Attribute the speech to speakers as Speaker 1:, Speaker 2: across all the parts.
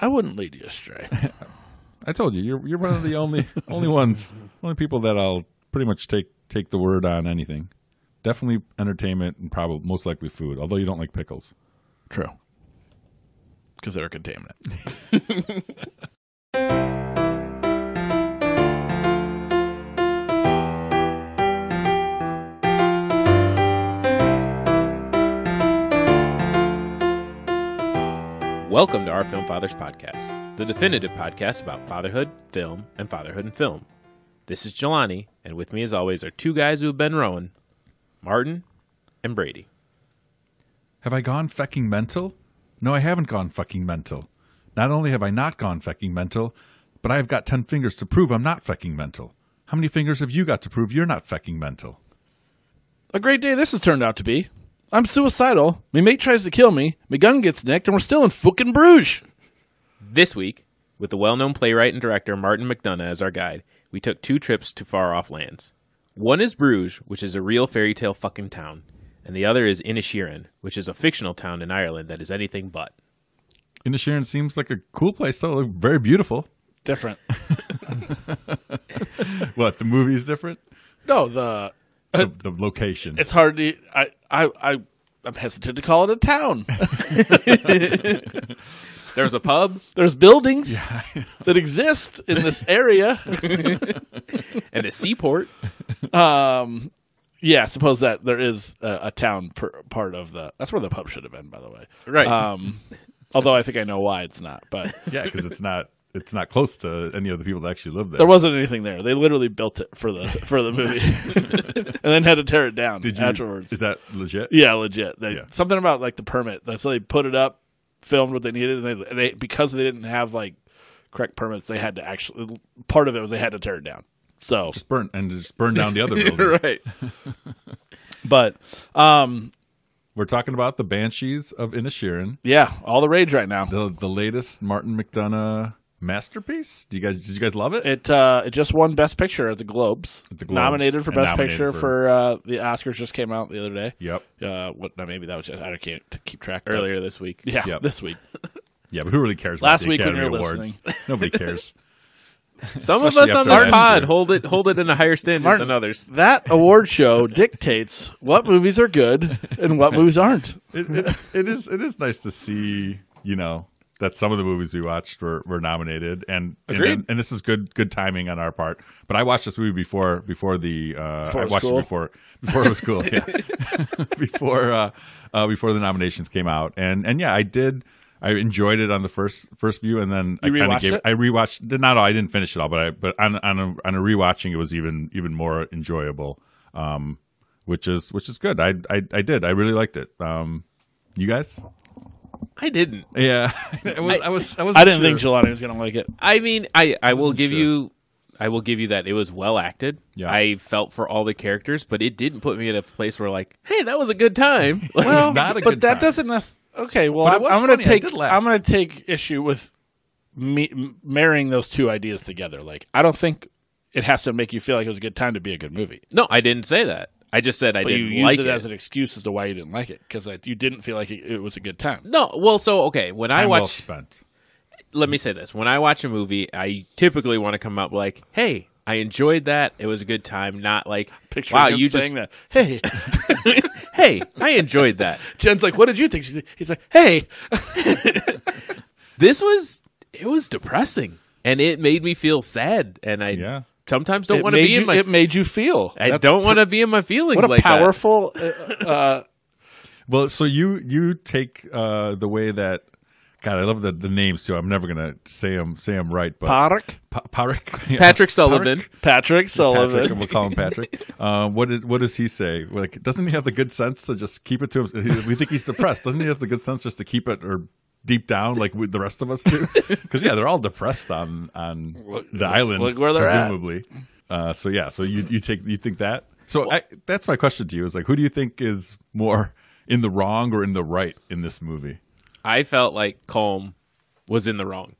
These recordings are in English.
Speaker 1: I wouldn't lead you astray.
Speaker 2: I told you, you're you're one of the only only ones, only people that I'll pretty much take take the word on anything. Definitely entertainment and probably most likely food. Although you don't like pickles.
Speaker 1: True. Because they're a contaminant.
Speaker 3: Welcome to our Film Fathers Podcast, the definitive podcast about fatherhood, film, and fatherhood in film. This is Jelani, and with me, as always, are two guys who have been rowing Martin and Brady.
Speaker 2: Have I gone fucking mental? No, I haven't gone fucking mental. Not only have I not gone fucking mental, but I have got 10 fingers to prove I'm not fucking mental. How many fingers have you got to prove you're not fucking mental?
Speaker 1: A great day this has turned out to be. I'm suicidal. My mate tries to kill me. My gun gets nicked, and we're still in fucking Bruges.
Speaker 3: This week, with the well known playwright and director Martin McDonough as our guide, we took two trips to far off lands. One is Bruges, which is a real fairy tale fucking town, and the other is Inishirin, which is a fictional town in Ireland that is anything but.
Speaker 2: Inishirin seems like a cool place, though. Very beautiful.
Speaker 1: Different.
Speaker 2: What, the movie's different?
Speaker 1: no, the
Speaker 2: The, the location.
Speaker 1: it's hard to. I I I I'm hesitant to call it a town.
Speaker 3: There's a pub
Speaker 1: There's buildings that exist in this area.
Speaker 3: and a seaport.
Speaker 1: Um, yeah, suppose that there is a, a town per, part of the. That's where the pub should have been, by the way.
Speaker 3: Right.
Speaker 1: Um, although I think I know why it's not, but
Speaker 2: yeah, because it's not it's not close to any of the people that actually live there.
Speaker 1: there wasn't anything there. They literally built it for the for the movie, and then had to tear it down
Speaker 2: Did you,
Speaker 1: afterwards.
Speaker 2: Is that legit?
Speaker 1: yeah, legit. They,
Speaker 2: Yeah.
Speaker 1: Something about like the permit. That's- So they put it up, filmed what they needed, and they, they because they didn't have like correct permits, they had to actually part of it was they had to tear it down. So
Speaker 2: Just burn and just burn down the other building.
Speaker 3: right.
Speaker 1: But um,
Speaker 2: We're talking about the Banshees of Inishirin,
Speaker 1: yeah, all the rage right now.
Speaker 2: the the latest Martin McDonough masterpiece. Do you guys did you guys love it?
Speaker 1: It uh, it just won Best Picture at the Globes.
Speaker 2: At the Globes.
Speaker 1: Nominated for
Speaker 2: And
Speaker 1: Best
Speaker 2: nominated
Speaker 1: Picture
Speaker 2: for-
Speaker 1: for, uh, the Oscars just came out the other day.
Speaker 2: Yep.
Speaker 1: Uh, what? No, maybe that was just I can't t- keep track. but-
Speaker 3: Earlier this week.
Speaker 1: yeah,
Speaker 2: Yep.
Speaker 1: this week.
Speaker 2: Yeah, but who really cares?
Speaker 1: Last
Speaker 2: about the
Speaker 1: week when
Speaker 2: Academy
Speaker 1: you were
Speaker 2: Awards?
Speaker 1: listening.
Speaker 2: nobody cares.
Speaker 3: Some of us
Speaker 2: Especially
Speaker 3: on
Speaker 2: after
Speaker 3: this
Speaker 2: that.
Speaker 3: pod hold it hold it in a higher standard
Speaker 1: Martin.
Speaker 3: than others.
Speaker 1: That award show dictates what movies are good and what movies aren't.
Speaker 2: It, it, it is it is nice to see you know that some of the movies we watched were, were nominated and and,
Speaker 3: Agreed.
Speaker 2: and this is good good timing on our part. But I watched this movie before before the uh,
Speaker 1: Before it
Speaker 2: I
Speaker 1: was
Speaker 2: watched
Speaker 1: cool?
Speaker 2: it before before it was cool. Yeah. before uh, uh, before the nominations came out and and yeah I did. I enjoyed it on the first first view, and then
Speaker 1: You
Speaker 2: I kind
Speaker 1: rewatched
Speaker 2: of gave.
Speaker 1: it?
Speaker 2: I rewatched did not all. I didn't finish it all, but I but on on a, on a rewatching, it was even even more enjoyable, um, which is which is good. I I, I did. I really liked it. Um, you guys?
Speaker 3: I didn't.
Speaker 2: Yeah, I was I was I, was
Speaker 1: I didn't think Jelani was gonna like it.
Speaker 3: I mean, I I will give
Speaker 2: sure.
Speaker 3: you I will give you that it was well acted.
Speaker 2: Yeah.
Speaker 3: I felt for all the characters, but it didn't put me in a place where like, hey, that was a good time. Like,
Speaker 2: Well, not a
Speaker 1: Um, but
Speaker 2: good
Speaker 1: that
Speaker 2: time.
Speaker 1: doesn't. Nec- okay, well,
Speaker 2: But it
Speaker 1: I'm,
Speaker 2: was
Speaker 1: I'm gonna
Speaker 2: funny. I
Speaker 1: take.
Speaker 2: did laugh.
Speaker 1: I'm gonna take issue with me m- marrying those two ideas together. Like, I don't think it has to make you feel like it was a good time to be a good movie.
Speaker 3: no, I didn't say that. I just said I
Speaker 1: But you
Speaker 3: didn't
Speaker 1: used
Speaker 3: like
Speaker 1: it, as an excuse as to why you didn't like it because you didn't feel like it, it was a good time.
Speaker 3: no, well, so okay. When I
Speaker 2: Time well
Speaker 3: watch,
Speaker 2: spent.
Speaker 3: let me say this: when I watch a movie, I typically want to come up like, "Hey, I enjoyed that; it was a good time." Not like,
Speaker 1: Picture
Speaker 3: "Wow,
Speaker 1: him
Speaker 3: you just
Speaker 1: saying that. Hey,
Speaker 3: hey, I enjoyed that."
Speaker 1: Jen's like, what did you think? She's- He's like, hey,
Speaker 3: this was it was depressing and it made me feel sad and i
Speaker 2: Yeah.
Speaker 3: sometimes don't
Speaker 1: it
Speaker 3: want to
Speaker 1: made
Speaker 3: be
Speaker 1: you-
Speaker 3: in my
Speaker 1: it made you feel.
Speaker 3: i
Speaker 1: That's-
Speaker 3: don't want to be in my feelings
Speaker 1: What a
Speaker 3: like that.
Speaker 1: powerful. uh, uh,
Speaker 2: Well, so you you take uh, the way that God, I love the, the names too. I'm never gonna say them say 'em right, but
Speaker 1: Patrick,
Speaker 2: Pa- Parik- yeah.
Speaker 3: patrick sullivan
Speaker 1: Patrick Sullivan.
Speaker 2: Patrick, we'll call him Patrick. Um, what did, what does he say? Like, doesn't he have the good sense to just keep it to himself? He- We think he's depressed. Doesn't he have the good sense just to keep it or deep down like we, the rest of us do? Because yeah, they're all depressed on on the island,
Speaker 1: look where they're at.
Speaker 2: presumably. Uh, so yeah, so you you take you think that. So I, that's my question to you: is like, who do you think is more in the wrong or in the right in this movie?
Speaker 3: i felt like calm was in the wrong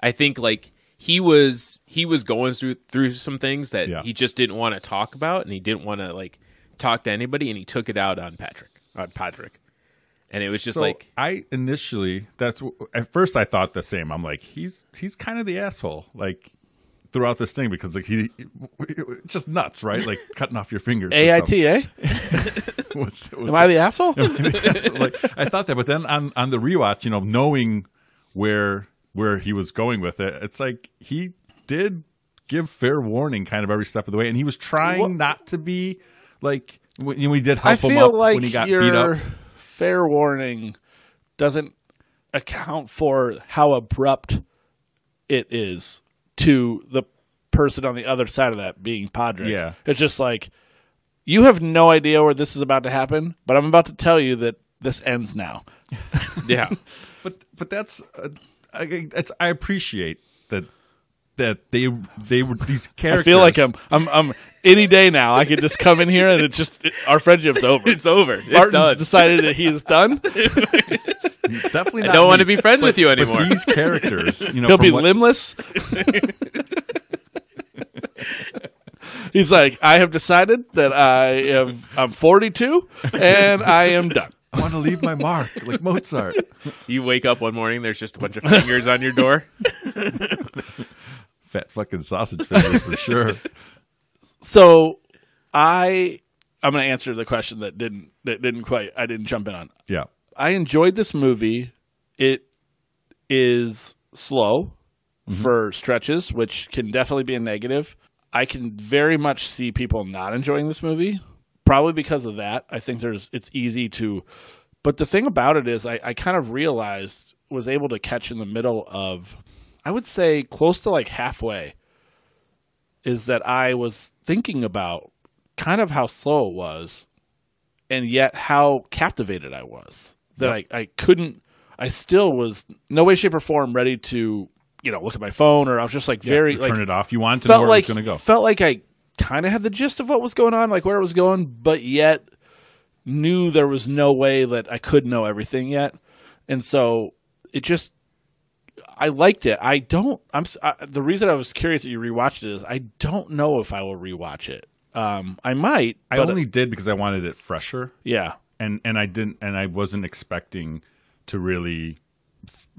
Speaker 3: i think like he was he was going through through some things that
Speaker 2: Yeah.
Speaker 3: he just didn't want to talk about and he didn't want to like talk to anybody and he took it out on patrick on patrick and it was just
Speaker 2: So
Speaker 3: like
Speaker 2: I initially that's wh- at first I thought the same. I'm like he's he's kind of the asshole like throughout this thing because like he just nuts right like cutting off your fingers. or something.
Speaker 1: AITA?
Speaker 2: Was- was-
Speaker 1: eh? Am I the asshole?
Speaker 2: So, like I thought that, but then on on the rewatch, you know, knowing where where he was going with it, it's like he did give fair warning kind of every step of the way, and he was trying
Speaker 1: Well-
Speaker 2: not to be like when we did help
Speaker 1: I
Speaker 2: him
Speaker 1: feel
Speaker 2: up
Speaker 1: like
Speaker 2: when he got
Speaker 1: your
Speaker 2: beat up.
Speaker 1: fair warning doesn't account for how abrupt it is to the person on the other side of that being Padre.
Speaker 2: Yeah.
Speaker 1: It's just like you have no idea where this is about to happen, but I'm about to tell you that this ends now.
Speaker 3: yeah
Speaker 2: But but that's uh, I, it's I appreciate that that they they were these
Speaker 1: I
Speaker 2: characters.
Speaker 1: feel like I'm I'm I'm any day now I could just come in here and it just it, our friendship's over.
Speaker 3: it's over it's
Speaker 1: Martin's
Speaker 3: done
Speaker 1: decided that he's done.
Speaker 2: definitely
Speaker 3: i
Speaker 2: not
Speaker 3: don't want to
Speaker 2: me,
Speaker 3: be friends with you
Speaker 2: but
Speaker 3: anymore
Speaker 2: These characters, you know,
Speaker 1: He'll
Speaker 2: from
Speaker 1: be
Speaker 2: what-
Speaker 1: limbless. He's like, I have decided that I am I'm 42 and I am done.
Speaker 2: I want to leave my mark like Mozart.
Speaker 3: you wake up one morning there's just a bunch of fingers on your door
Speaker 2: Fat fucking sausage fingers for sure.
Speaker 1: So I I'm going to answer the question that didn't that didn't quite I didn't jump in on.
Speaker 2: Yeah.
Speaker 1: I enjoyed this movie. It is slow for stretches, which can definitely be a negative. I can very much see people not enjoying this movie, probably because of that. I think there's it's easy to, but the thing about it is, I, I kind of realized was able to catch in the middle of, I would say close to like halfway, is that I was thinking about kind of how slow it was and yet how captivated I was that I, I couldn't I still was no way shape or form ready to you know look at my phone or I was just like very
Speaker 2: turn
Speaker 1: like
Speaker 2: it off. You wanted to know
Speaker 1: felt
Speaker 2: where
Speaker 1: like
Speaker 2: it was going to go.
Speaker 1: felt like I kind of had the gist of what was going on like where it was going but yet knew there was no way that I could know everything yet and so it just I liked it. I don't. I'm s- I, the reason I was curious that you rewatched it is I don't know if I will rewatch it. Um, I might.
Speaker 2: I
Speaker 1: but-
Speaker 2: only did because I wanted it fresher,
Speaker 1: yeah.
Speaker 2: and and I didn't, and I wasn't expecting to really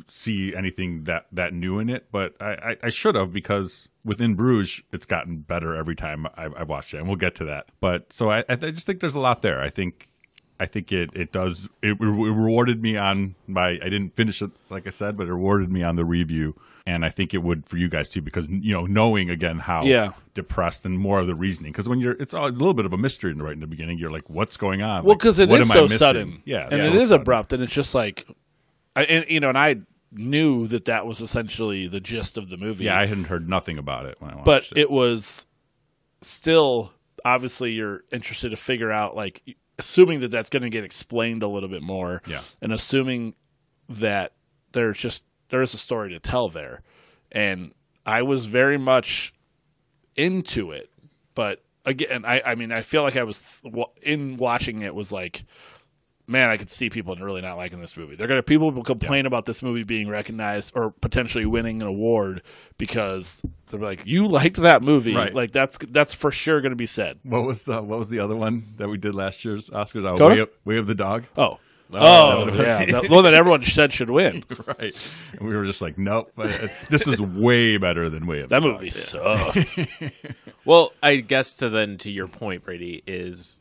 Speaker 2: see anything that that new in it. But I I, I should have because within Bruges, it's gotten better every time I, I've watched it, and we'll get to that. But so I I just think there's a lot there. I think. I think it, it does it, re- it rewarded me on my I didn't finish it like I said but it rewarded me on the review and I think it would for you guys too because you know knowing again how
Speaker 1: Yeah.
Speaker 2: depressed and more of the reasoning because when you're it's all, a little bit of a mystery in the right in the beginning you're like what's going on
Speaker 1: Well,
Speaker 2: Like,
Speaker 1: because it
Speaker 2: what
Speaker 1: is
Speaker 2: am I
Speaker 1: so
Speaker 2: missing?
Speaker 1: sudden,
Speaker 2: yeah
Speaker 1: and
Speaker 2: so
Speaker 1: it is
Speaker 2: sudden.
Speaker 1: abrupt, and it's just like, I, and, you know, and I knew that that was essentially the gist of the movie.
Speaker 2: yeah I hadn't heard nothing about it when I watched
Speaker 1: but
Speaker 2: it.
Speaker 1: it was still obviously you're interested to figure out, like, assuming that that's going to get explained a little bit more,
Speaker 2: Yeah.
Speaker 1: and assuming that there's just there is a story to tell there, and I was very much into it, but again, I I mean, I feel like I was wa- in watching it was like man, I could see people really not liking this movie. They're gonna people will complain about this movie being recognized or potentially winning an award because they're like, you liked that movie,
Speaker 2: Right.
Speaker 1: like that's that's for sure gonna be said.
Speaker 2: what was the what was the other one that we did last year's Oscars oh,
Speaker 1: Coda?
Speaker 2: way, of, way of the dog
Speaker 1: Oh.
Speaker 3: Oh,
Speaker 1: Oh,
Speaker 2: that
Speaker 1: yeah,
Speaker 2: was-
Speaker 1: the one that everyone said should win.
Speaker 2: right and we were just like nope uh, this is way better than way of
Speaker 1: That
Speaker 2: the
Speaker 1: movie sucked.
Speaker 3: Well, I guess to then to your point, Brady, is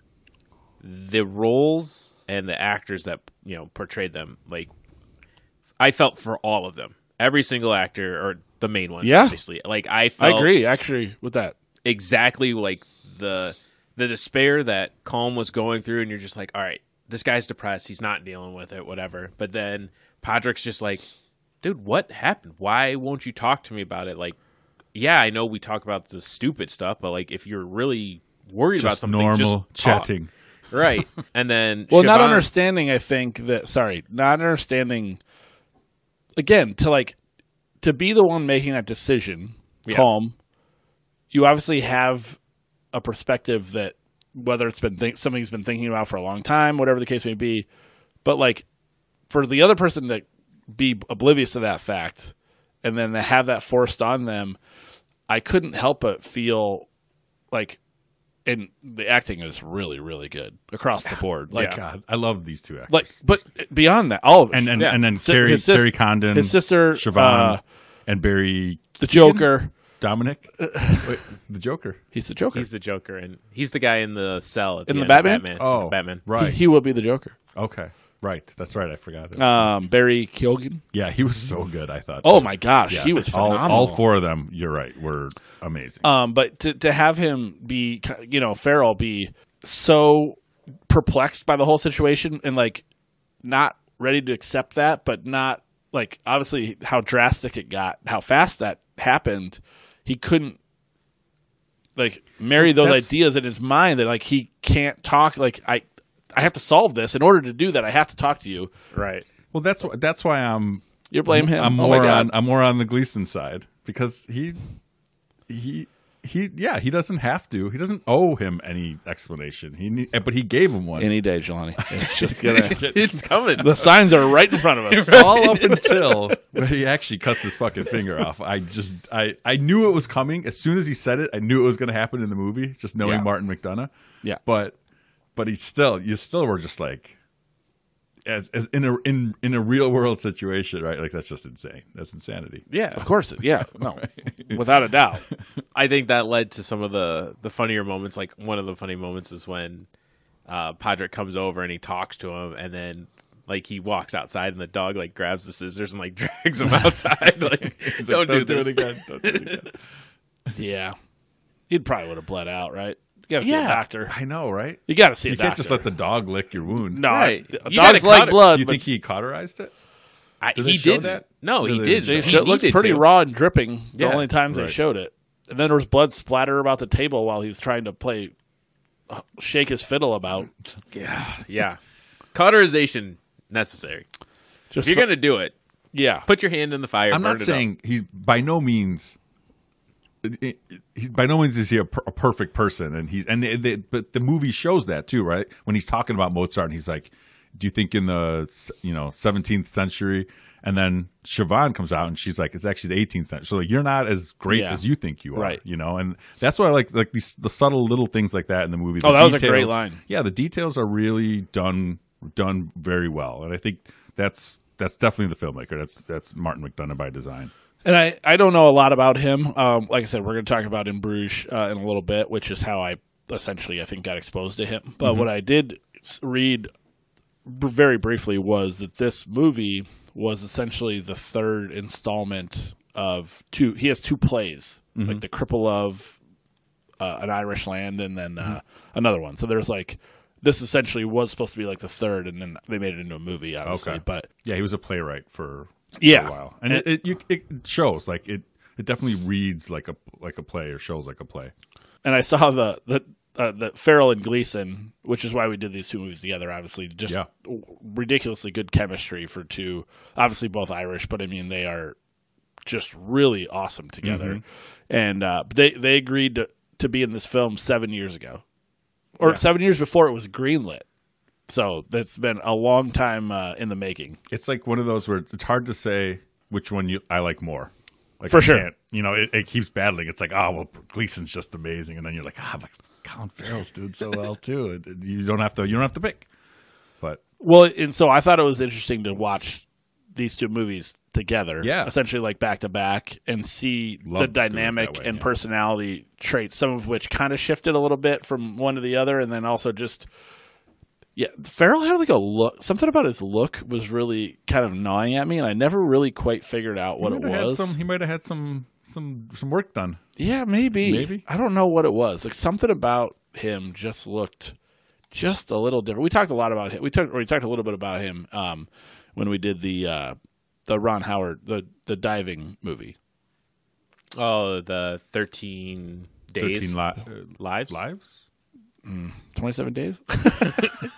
Speaker 3: the roles and the actors that you know portrayed them. Like, I felt for all of them, every single actor or the main one.
Speaker 1: Yeah.
Speaker 3: obviously. Like I,
Speaker 1: I
Speaker 3: felt
Speaker 1: agree, actually, with that.
Speaker 3: exactly like the the despair that Calm was going through, and you're just like, all right, this guy's depressed. He's not dealing with it, whatever. But then Podrick's just like, dude, what happened? Why won't you talk to me about it? Like, yeah, I know we talk about the stupid stuff, but like, if you're really worried about
Speaker 2: Just
Speaker 3: something,
Speaker 2: normal
Speaker 3: just talk.
Speaker 2: chatting
Speaker 3: right? And then
Speaker 1: well not
Speaker 3: Siobhan-
Speaker 1: understanding i think that sorry not understanding again to like to be the one making that decision
Speaker 3: Yeah.
Speaker 1: calm you obviously have a perspective that whether it's been think- something he's been thinking about for a long time whatever the case may be but like for the other person to be oblivious to that fact and then to have that forced on them i couldn't help but feel like and the acting is really really good across the board. Like,
Speaker 2: Like God, I love these two actors.
Speaker 1: like, but beyond that, all of it.
Speaker 2: and and,
Speaker 3: Yeah.
Speaker 2: and then
Speaker 1: Si-
Speaker 2: Carrie
Speaker 1: his sis-
Speaker 2: Carrie Condon,
Speaker 1: his sister, uh,
Speaker 2: Siobhan, and Barry
Speaker 1: the Joker.
Speaker 2: Dominic, Wait, the Joker.
Speaker 1: He's the Joker.
Speaker 3: He's the Joker, and he's the guy in the cell at
Speaker 1: In
Speaker 3: the,
Speaker 1: the
Speaker 3: end of
Speaker 1: Batman?
Speaker 3: Batman.
Speaker 2: Oh,
Speaker 3: Batman.
Speaker 2: Right.
Speaker 1: He, he will be the Joker.
Speaker 2: okay. Right. That's right. I forgot. That.
Speaker 1: Um, Barry Keoghan.
Speaker 2: yeah, he was so good. I thought.
Speaker 1: Oh my gosh,
Speaker 2: Yeah.
Speaker 1: he was
Speaker 2: all,
Speaker 1: phenomenal.
Speaker 2: all four of them. You're right. Were amazing.
Speaker 1: Um, but to to have him be, you know, Farrell be so perplexed by the whole situation and like not ready to accept that, but not like obviously how drastic it got, how fast that happened. He couldn't like marry those
Speaker 2: That's-
Speaker 1: ideas in his mind that like he can't talk. Like I, I have to solve this. In order to do that, I have to talk to you.
Speaker 3: Right.
Speaker 2: well, that's why. That's why I'm.
Speaker 1: You blame him.
Speaker 2: I'm
Speaker 1: oh
Speaker 2: more
Speaker 1: my God.
Speaker 2: on. I'm more on the Gleason side because he, he. He yeah he doesn't have to he doesn't owe him any explanation he need, but he gave him one
Speaker 1: any day, Jelani. It's just gonna.
Speaker 3: It's coming.
Speaker 1: the signs are right in front of us.
Speaker 2: all up until when he actually cuts his fucking finger off. I just I I knew it was coming as soon as he said it. I knew it was going to happen in the movie, just knowing
Speaker 1: Yeah.
Speaker 2: Martin McDonough.
Speaker 1: Yeah.
Speaker 2: but but he still you still were just like as as in a in in a real world situation, right? Like that's just insane. That's insanity.
Speaker 3: yeah.
Speaker 1: Of course, it- yeah, no, without a doubt.
Speaker 3: I think that led to some of the the funnier moments. Like one of the funny moments is when uh, Podrick comes over and he talks to him, and then like he walks outside, and the dog like grabs the scissors and like drags him outside. like
Speaker 2: He's
Speaker 3: don't,
Speaker 2: like,
Speaker 3: do this.
Speaker 2: it again. Don't do it again.
Speaker 1: Yeah, he probably would have bled out, right? You gotta see
Speaker 3: Yeah.
Speaker 1: a doctor.
Speaker 2: I know, right?
Speaker 1: You gotta see a
Speaker 2: You
Speaker 1: doctor.
Speaker 2: can't just let the dog lick your wound.
Speaker 1: no.
Speaker 3: Right.
Speaker 1: I- Dogs
Speaker 3: You gotta cut
Speaker 1: like
Speaker 3: it.
Speaker 1: blood.
Speaker 2: you
Speaker 1: but
Speaker 2: think he cauterized it?
Speaker 3: I,
Speaker 2: Do they
Speaker 3: he
Speaker 2: show
Speaker 3: didn't.
Speaker 2: that?
Speaker 3: No,
Speaker 2: No,
Speaker 3: he
Speaker 2: they
Speaker 3: did.
Speaker 2: didn't
Speaker 1: they
Speaker 2: show
Speaker 3: He
Speaker 1: showed- it looked
Speaker 3: needed
Speaker 1: pretty
Speaker 3: to.
Speaker 1: raw and dripping. The
Speaker 3: Yeah.
Speaker 1: only times they
Speaker 2: Right.
Speaker 1: showed it, and then there was blood splatter about the table while he was trying to play, uh, shake his fiddle about.
Speaker 3: Yeah, yeah. Cauterization necessary. If
Speaker 1: Just
Speaker 3: you're
Speaker 1: for-
Speaker 3: gonna do it,
Speaker 1: yeah,
Speaker 3: put your hand in the fire.
Speaker 2: I'm
Speaker 3: burn
Speaker 2: not
Speaker 3: it up.
Speaker 2: saying he's by no means. He, by no means is he a, per, a perfect person, and he's and they, they, but the movie shows that too, right? When he's talking about Mozart, and he's like, "Do you think in the you know 17th century?" And then Siobhan comes out, and she's like, "It's actually the 18th century." So like, you're not as great
Speaker 1: Yeah.
Speaker 2: as you think you are,
Speaker 1: Right.
Speaker 2: You know, and that's why I like like these the subtle little things like that in the movie.
Speaker 1: Oh,
Speaker 2: The
Speaker 1: that was a great line.
Speaker 2: Yeah, the details are really done done very well, and I think that's that's definitely the filmmaker. That's that's Martin McDonough by design.
Speaker 1: And I, I don't know a lot about him. Um, like I said, we're going to talk about in Bruges uh, in a little bit, which is how I essentially I think got exposed to him. But what I did s- read b- very briefly was that this movie was essentially the third installment of two. He has two plays, like the Cripple of uh, an Irish Land, and then uh, another one. So there's like this essentially was supposed to be like the third, and then they made it into a movie, obviously.
Speaker 2: Okay.
Speaker 1: But
Speaker 2: Yeah, he was a playwright for,
Speaker 1: Yeah.
Speaker 2: for a while, and it it, you, it shows like it it definitely reads like a like a play or shows like a play.
Speaker 1: and I saw the the uh, the Farrell and Gleason, which is why we did these two movies together. Obviously, just
Speaker 2: Yeah.
Speaker 1: w- ridiculously good chemistry for two. Obviously, both Irish, but I mean they are just really awesome together.
Speaker 2: Mm-hmm.
Speaker 1: And uh, they they agreed to to be in this film seven years ago, or
Speaker 2: Yeah.
Speaker 1: seven years before it was greenlit. So that's been a long time uh, in the making.
Speaker 2: It's like one of those where it's hard to say which one you I like more. Like
Speaker 1: For
Speaker 2: I
Speaker 1: sure.
Speaker 2: can't- you know it, it keeps battling. It's like oh well, Gleason's just amazing, and then you're like ah, but Colin Farrell's doing so well too. And- and You don't have to you don't have to pick, but
Speaker 1: Well, and so I thought it was interesting to watch these two movies together,
Speaker 2: Yeah.
Speaker 1: essentially like back to back, and see the
Speaker 2: Love doing it that
Speaker 1: dynamic
Speaker 2: way,
Speaker 1: and
Speaker 2: yeah.
Speaker 1: personality traits, some of which kind of shifted a little bit from one to the other, and then also just yeah, Farrell had like a look. Something about his look was really kind of gnawing at me, and I never really quite figured out what
Speaker 2: He
Speaker 1: it
Speaker 2: might have had
Speaker 1: was.
Speaker 2: Some, he might have had some some some work done.
Speaker 1: Yeah, maybe.
Speaker 2: Maybe.
Speaker 1: I don't know what it was. Like something about him just looked just a little different. We talked a lot about him. We talked we talked a little bit about him um, when we did the uh, the Ron Howard the the diving movie.
Speaker 3: Oh, the thirteen days, Uh,
Speaker 2: Thirteen li-
Speaker 3: lives,
Speaker 2: lives.
Speaker 1: Twenty seven days.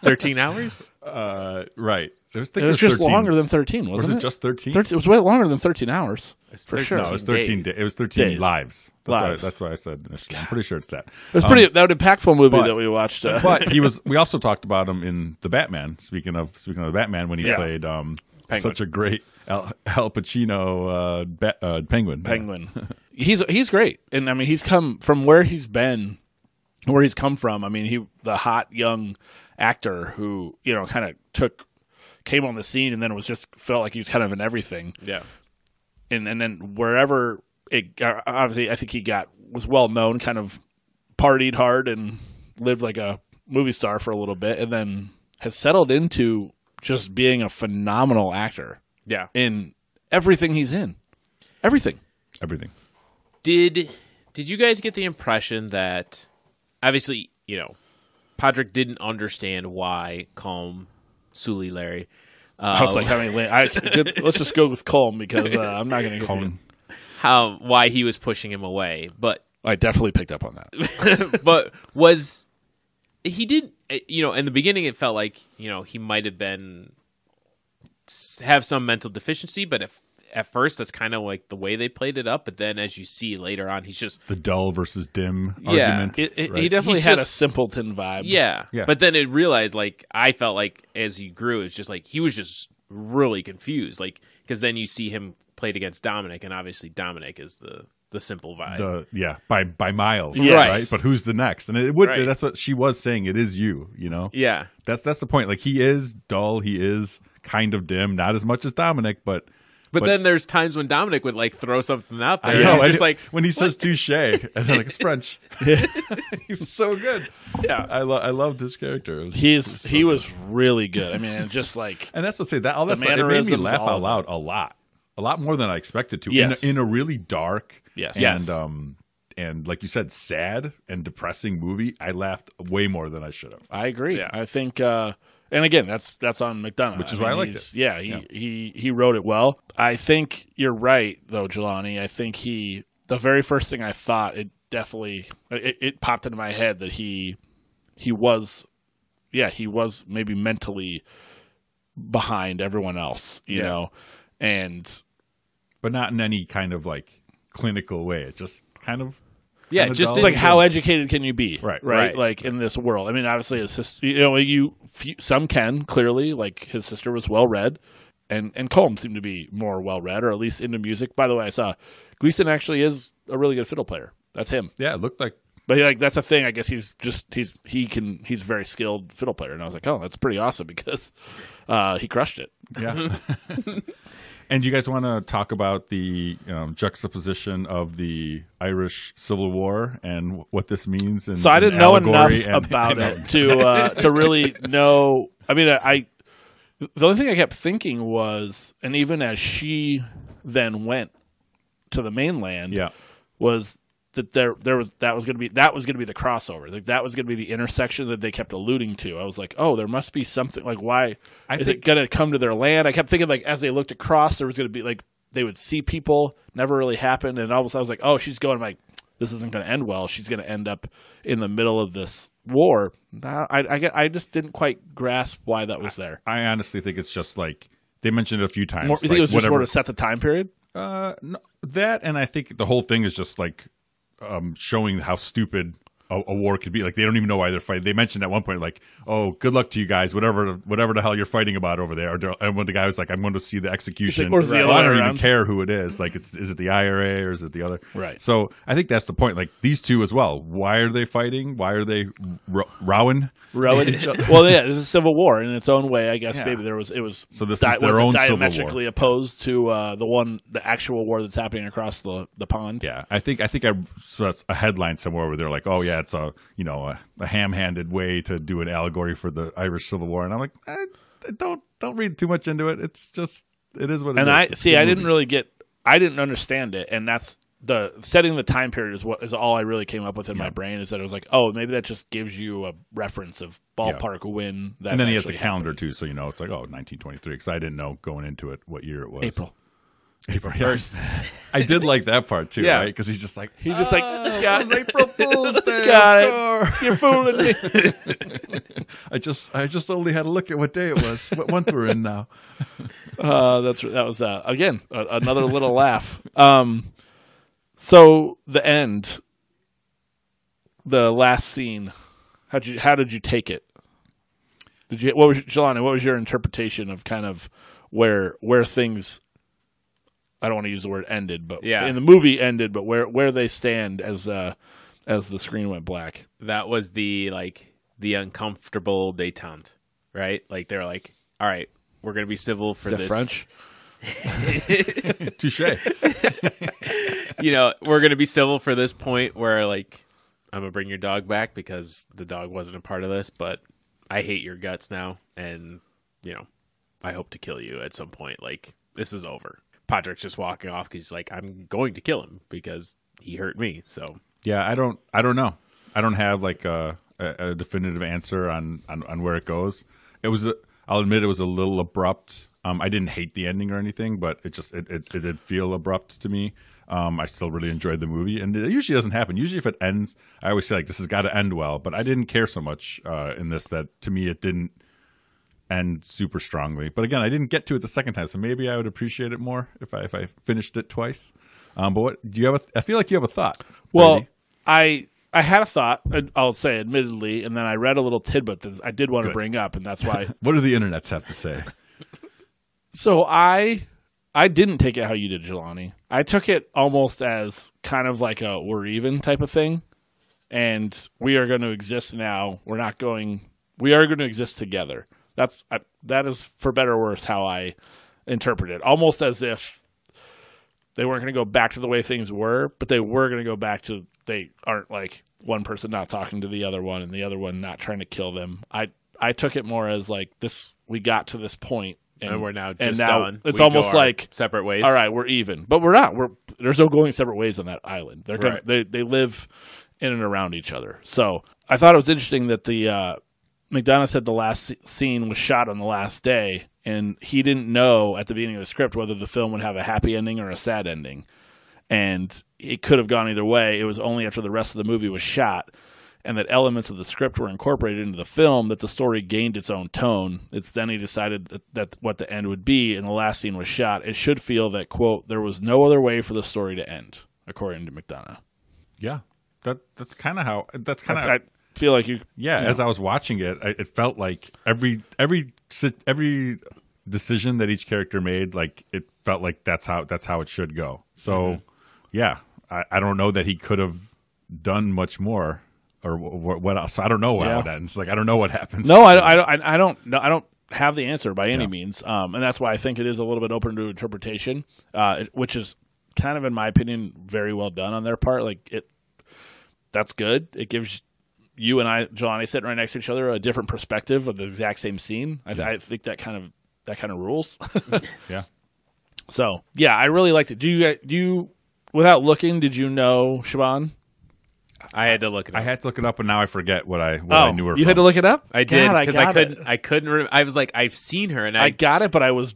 Speaker 3: thirteen hours.
Speaker 2: Uh, right. It was,
Speaker 1: It was just longer than thirteen,
Speaker 2: Was
Speaker 1: wasn't
Speaker 2: it just thirteen?
Speaker 1: 13, it was way longer than thirteen hours.
Speaker 3: It's
Speaker 1: For
Speaker 3: 13
Speaker 1: sure.
Speaker 2: No, it was thirteen.
Speaker 3: days.
Speaker 2: da- it was thirteen
Speaker 1: Days.
Speaker 2: lives. That's, what I-
Speaker 1: Lives.
Speaker 2: that's what I said initially. I'm pretty sure it's that.
Speaker 1: It was pretty that impactful movie
Speaker 2: but-
Speaker 1: that we watched. Uh,
Speaker 2: But he was. We also talked about him in the Batman. Speaking of speaking of the Batman, when he
Speaker 1: Yeah.
Speaker 2: played um,
Speaker 1: Penguin.
Speaker 2: such a great Al, Al Pacino uh, ba- uh, Penguin.
Speaker 1: Penguin. he's he's great, and I mean he's come from where he's been where he's come from. I mean, he the hot young actor who you know kind of took came on the scene and then was just felt like he was kind of in everything.
Speaker 3: Yeah.
Speaker 1: And and then wherever it got- obviously I think he got was well known, kind of partied hard and lived like a movie star for a little bit, and then has settled into just being a phenomenal actor
Speaker 3: Yeah.
Speaker 1: in everything he's in. Everything.
Speaker 2: Everything.
Speaker 3: Did did you guys get the impression that obviously, you know, Podrick didn't understand why Calm Suli Larry
Speaker 1: I was
Speaker 3: uh,
Speaker 1: like, how many? la- I, good, let's just go with Colm because uh, I'm not going to.
Speaker 2: Colin.
Speaker 3: how why he was pushing him away, but
Speaker 1: I definitely picked up on that.
Speaker 3: but was he did you know in the beginning it felt like you know he might have been have some mental deficiency but if at first that's kind of like the way they played it up but then as you see later on he's just
Speaker 2: The dull versus dim
Speaker 3: Yeah.
Speaker 2: argument.
Speaker 1: It, it, He
Speaker 2: right?
Speaker 1: definitely
Speaker 3: He's
Speaker 1: had a
Speaker 3: just-
Speaker 1: simpleton vibe.
Speaker 3: yeah.
Speaker 2: Yeah.
Speaker 3: but then it realized like i felt like as he grew it's just like he was just really confused like because then you see him played against dominic and obviously dominic is the the simple vibe
Speaker 2: the yeah by by miles
Speaker 1: Yes.
Speaker 2: right but who's the next and it would
Speaker 3: Right.
Speaker 2: that's what she was saying it is you you know
Speaker 3: yeah
Speaker 2: that's that's the point like he is dull he is kind of dim not as much as dominic but
Speaker 3: but,
Speaker 2: But-
Speaker 3: then there's times when dominic would like throw something out there
Speaker 2: I know,
Speaker 3: and you're just
Speaker 2: I-
Speaker 3: like
Speaker 2: when he says touche and I'm like it's french he was so good
Speaker 3: yeah
Speaker 2: i love i loved his character It was-
Speaker 1: he's he was really good. I mean, and just like
Speaker 2: and that's what i say that all that
Speaker 1: The
Speaker 2: stuff, it made me
Speaker 1: mannerisms,
Speaker 2: laugh
Speaker 1: all
Speaker 2: out
Speaker 1: of
Speaker 2: loud a lot a lot more than i expected to
Speaker 1: Yes.
Speaker 2: in, a, in a really dark
Speaker 1: Yes.
Speaker 2: and
Speaker 1: Yes.
Speaker 2: um and like you said sad and depressing movie i laughed way more than i should have
Speaker 1: I agree. I think, uh, and again, that's that's on McDonough,
Speaker 2: Which is
Speaker 1: I
Speaker 2: why I liked
Speaker 1: he's-
Speaker 2: it.
Speaker 1: Yeah, he,
Speaker 2: Yeah.
Speaker 1: he he wrote it well. I think you're right though, Jelani. I think he the very first thing I thought it definitely it, it popped into my head that he he was yeah he was maybe mentally behind everyone else, you
Speaker 3: Yeah.
Speaker 1: know, and
Speaker 2: but not in any kind of like clinical way. It's just kind of
Speaker 3: Yeah,
Speaker 2: kinda
Speaker 3: just
Speaker 2: dull.
Speaker 3: in-
Speaker 1: it's like how educated can you be
Speaker 2: Right,
Speaker 1: right,
Speaker 3: right.
Speaker 1: like in this world i mean obviously his sister you know you few, some can clearly like his sister was well read and and colm seemed to be more well read or at least into music by the way i saw gleason actually is a really good fiddle player that's him
Speaker 2: yeah, it looked like
Speaker 1: but like that's a thing i guess he's just he's he can he's a very skilled fiddle player and i was like oh that's pretty awesome because uh he crushed it
Speaker 2: yeah. and you guys want to talk about the um, juxtaposition of the Irish Civil War and what this means? And
Speaker 1: so I didn't know enough
Speaker 2: I
Speaker 1: about
Speaker 2: know.
Speaker 1: it to uh, to really know. I mean, I, I the only thing I kept thinking was, and even as she then went to the mainland,
Speaker 2: Yeah,
Speaker 1: was that there there was that was going to be that was going to be the crossover, like that was going to be the intersection that they kept alluding to. I was like, oh, there must be something. Like, why
Speaker 2: I
Speaker 1: is it
Speaker 2: think-
Speaker 1: going to come to their land? I kept thinking like as they looked across, there was going to be like they would see people. Never really happened, and all of a sudden I was like, oh, she's going. I'm like, this isn't going to end well. She's going to end up in the middle of this war. Nah, I I, get- I just didn't quite grasp why that was there.
Speaker 2: I honestly think it's just like they mentioned it a few times.
Speaker 1: More, you think
Speaker 2: like,
Speaker 1: it was just
Speaker 2: whatever-
Speaker 1: sort of set the time period?
Speaker 2: Uh, no, that and I think the whole thing is just like um, showing how stupid a, a war could be. Like they don't even know why they're fighting. They mentioned at one point, like, "Oh, good luck to you guys, whatever, whatever the hell you're fighting about over there." Or, and when the guy was like, "I'm going to see the execution,"
Speaker 1: or the
Speaker 2: Well,
Speaker 1: other
Speaker 2: I
Speaker 1: way
Speaker 2: don't
Speaker 1: around.
Speaker 2: even care who it is. Like, it's is it the IRA or is it the other?
Speaker 1: Right.
Speaker 2: So I think that's the point. Like these two as well. Why are they fighting? Why are they ro- rowing?
Speaker 1: Rowan. well, yeah, it was a civil war in its own way. I guess maybe there was it was
Speaker 2: So this
Speaker 1: di-
Speaker 2: is their
Speaker 1: was it
Speaker 2: own Civil War.
Speaker 1: diametrically opposed to uh, the one the actual war that's happening across the the pond.
Speaker 2: Yeah, I think I think I saw a headline somewhere where they're like, "Oh yeah, it's a you know a, a ham-handed way to do an allegory for the Irish Civil War," and I'm like, eh, "Don't don't read too much into it. It's just it is what it
Speaker 1: and
Speaker 2: is."
Speaker 1: I
Speaker 2: It's a
Speaker 1: see.
Speaker 2: good
Speaker 1: I didn't
Speaker 2: movie.
Speaker 1: really get. I didn't understand it, and that's the setting the time period is what is all I really came up with in my brain is that it was like, oh, maybe that just gives you a reference of ballpark when that.
Speaker 2: And then he has the calendar too, so you know it's like, "Oh, 1923," because I didn't know going into it what year it was.
Speaker 1: April.
Speaker 2: April first. I did like that part too,
Speaker 3: Yeah.
Speaker 2: right? Because he's just like,
Speaker 1: He's just like,
Speaker 2: "It was
Speaker 1: God,
Speaker 2: April Fool's Day.
Speaker 1: Got it.
Speaker 2: of course."
Speaker 1: you're fooling me.
Speaker 2: I just I just only had a look at what day it was, what month we're in now.
Speaker 1: Uh, that's that was uh, again a, another little laugh. Um, so the end, the last scene. How did you how did you take it? Did you what was Jelani? What was your interpretation of kind of where where things? I don't want to use the word ended, but
Speaker 3: Yeah.
Speaker 1: in the movie ended, but where where they stand as uh as the screen went black.
Speaker 3: that was the like the uncomfortable detente, right? Like they're like, all right, we're gonna be civil for
Speaker 1: The
Speaker 3: this.
Speaker 1: French.
Speaker 2: Touche.
Speaker 3: you know, we're gonna be civil for this point where like I'm gonna bring your dog back because the dog wasn't a part of this, but I hate your guts now, and you know, I hope to kill you at some point. Like this is over. Patrick's just walking off because like I'm going to kill him because he hurt me. So
Speaker 2: Yeah, I don't. I don't know. I don't have like a, a, a definitive answer on, on on where it goes. It was. A, I'll admit it was a little abrupt. Um, I didn't hate the ending or anything, but it just it, it, it did feel abrupt to me. Um, I still really enjoyed the movie, and it usually doesn't happen. Usually, if it ends, I always say like this has got to end well. But I didn't care so much uh, in this that to me it didn't end super strongly. But again, I didn't get to it the second time, so maybe I would appreciate it more if I if I finished it twice. Um, but what do you have? A th- I feel like you have a thought.
Speaker 1: Well,
Speaker 2: Brady.
Speaker 1: I I had a thought. and I'll say, admittedly, and then I read a little tidbit that I did want to
Speaker 2: Good.
Speaker 1: bring up, and that's why.
Speaker 2: What do the internets have to say?
Speaker 1: so I I didn't take it how you did, Jelani. I took it almost as kind of like a we're even type of thing, and we are going to exist now. We're not going. We are going to exist together. That's I, that is for better or worse how I interpret it. Almost as if they weren't going to go back to the way things were, but they were going to go back to they aren't like one person not talking to the other one and the other one not trying to kill them. I I took it more as like this we got to this point
Speaker 3: and, we're now just
Speaker 1: and now
Speaker 3: done.
Speaker 1: It's
Speaker 3: We go
Speaker 1: almost
Speaker 3: our
Speaker 1: like
Speaker 3: separate ways.
Speaker 1: all right, we're even, but we're not. We're there's no going separate ways on that island. They're gonna,
Speaker 3: Right.
Speaker 1: they they live in and around each other. So I thought it was interesting that the uh, McDonough said the last s- scene was shot on the last day, and he didn't know at the beginning of the script whether the film would have a happy ending or a sad ending, and it could have gone either way. It was only after the rest of the movie was shot. And that elements of the script were incorporated into the film, that the story gained its own tone. It's then he decided that, that what the end would be, and the last scene was shot. It should feel that quote there was no other way for the story to end, according to McDonough.
Speaker 2: Yeah, that that's kind of how. That's kind
Speaker 1: That's,
Speaker 2: of
Speaker 1: I feel like you
Speaker 2: yeah. As I was watching it, I, it felt like every every si- every decision that each character made, like it felt like that's how that's how it should go. So,
Speaker 1: Mm-hmm.
Speaker 2: yeah, I, I don't know that he could have done much more or wh- wh- what else. I don't know how
Speaker 1: Yeah.
Speaker 2: it ends. Like I don't know what happens.
Speaker 1: No, I, I, don't- I, I don't. No, I don't have the answer by any means, um, and that's why I think it is a little bit open to interpretation, uh, it- which is kind of, in my opinion, very well done on their part. Like it, that's good. It gives you and I, Jelani, sitting right next to each other, a different perspective of the exact same scene. I, I think that kind of that kind of rules.
Speaker 2: Yeah.
Speaker 1: so yeah, I really liked it. Do you do you? Without looking, did you know Siobhan?
Speaker 3: I had to look at.
Speaker 2: I had to look it up, and now I forget what I what
Speaker 1: oh,
Speaker 2: I knew her.
Speaker 1: you had
Speaker 2: from.
Speaker 1: to look it up.
Speaker 3: I did
Speaker 1: God, I
Speaker 3: because I,
Speaker 1: got it.
Speaker 3: couldn't. I couldn't. Re- I was like, I've seen her, and I,
Speaker 1: I got it, but I was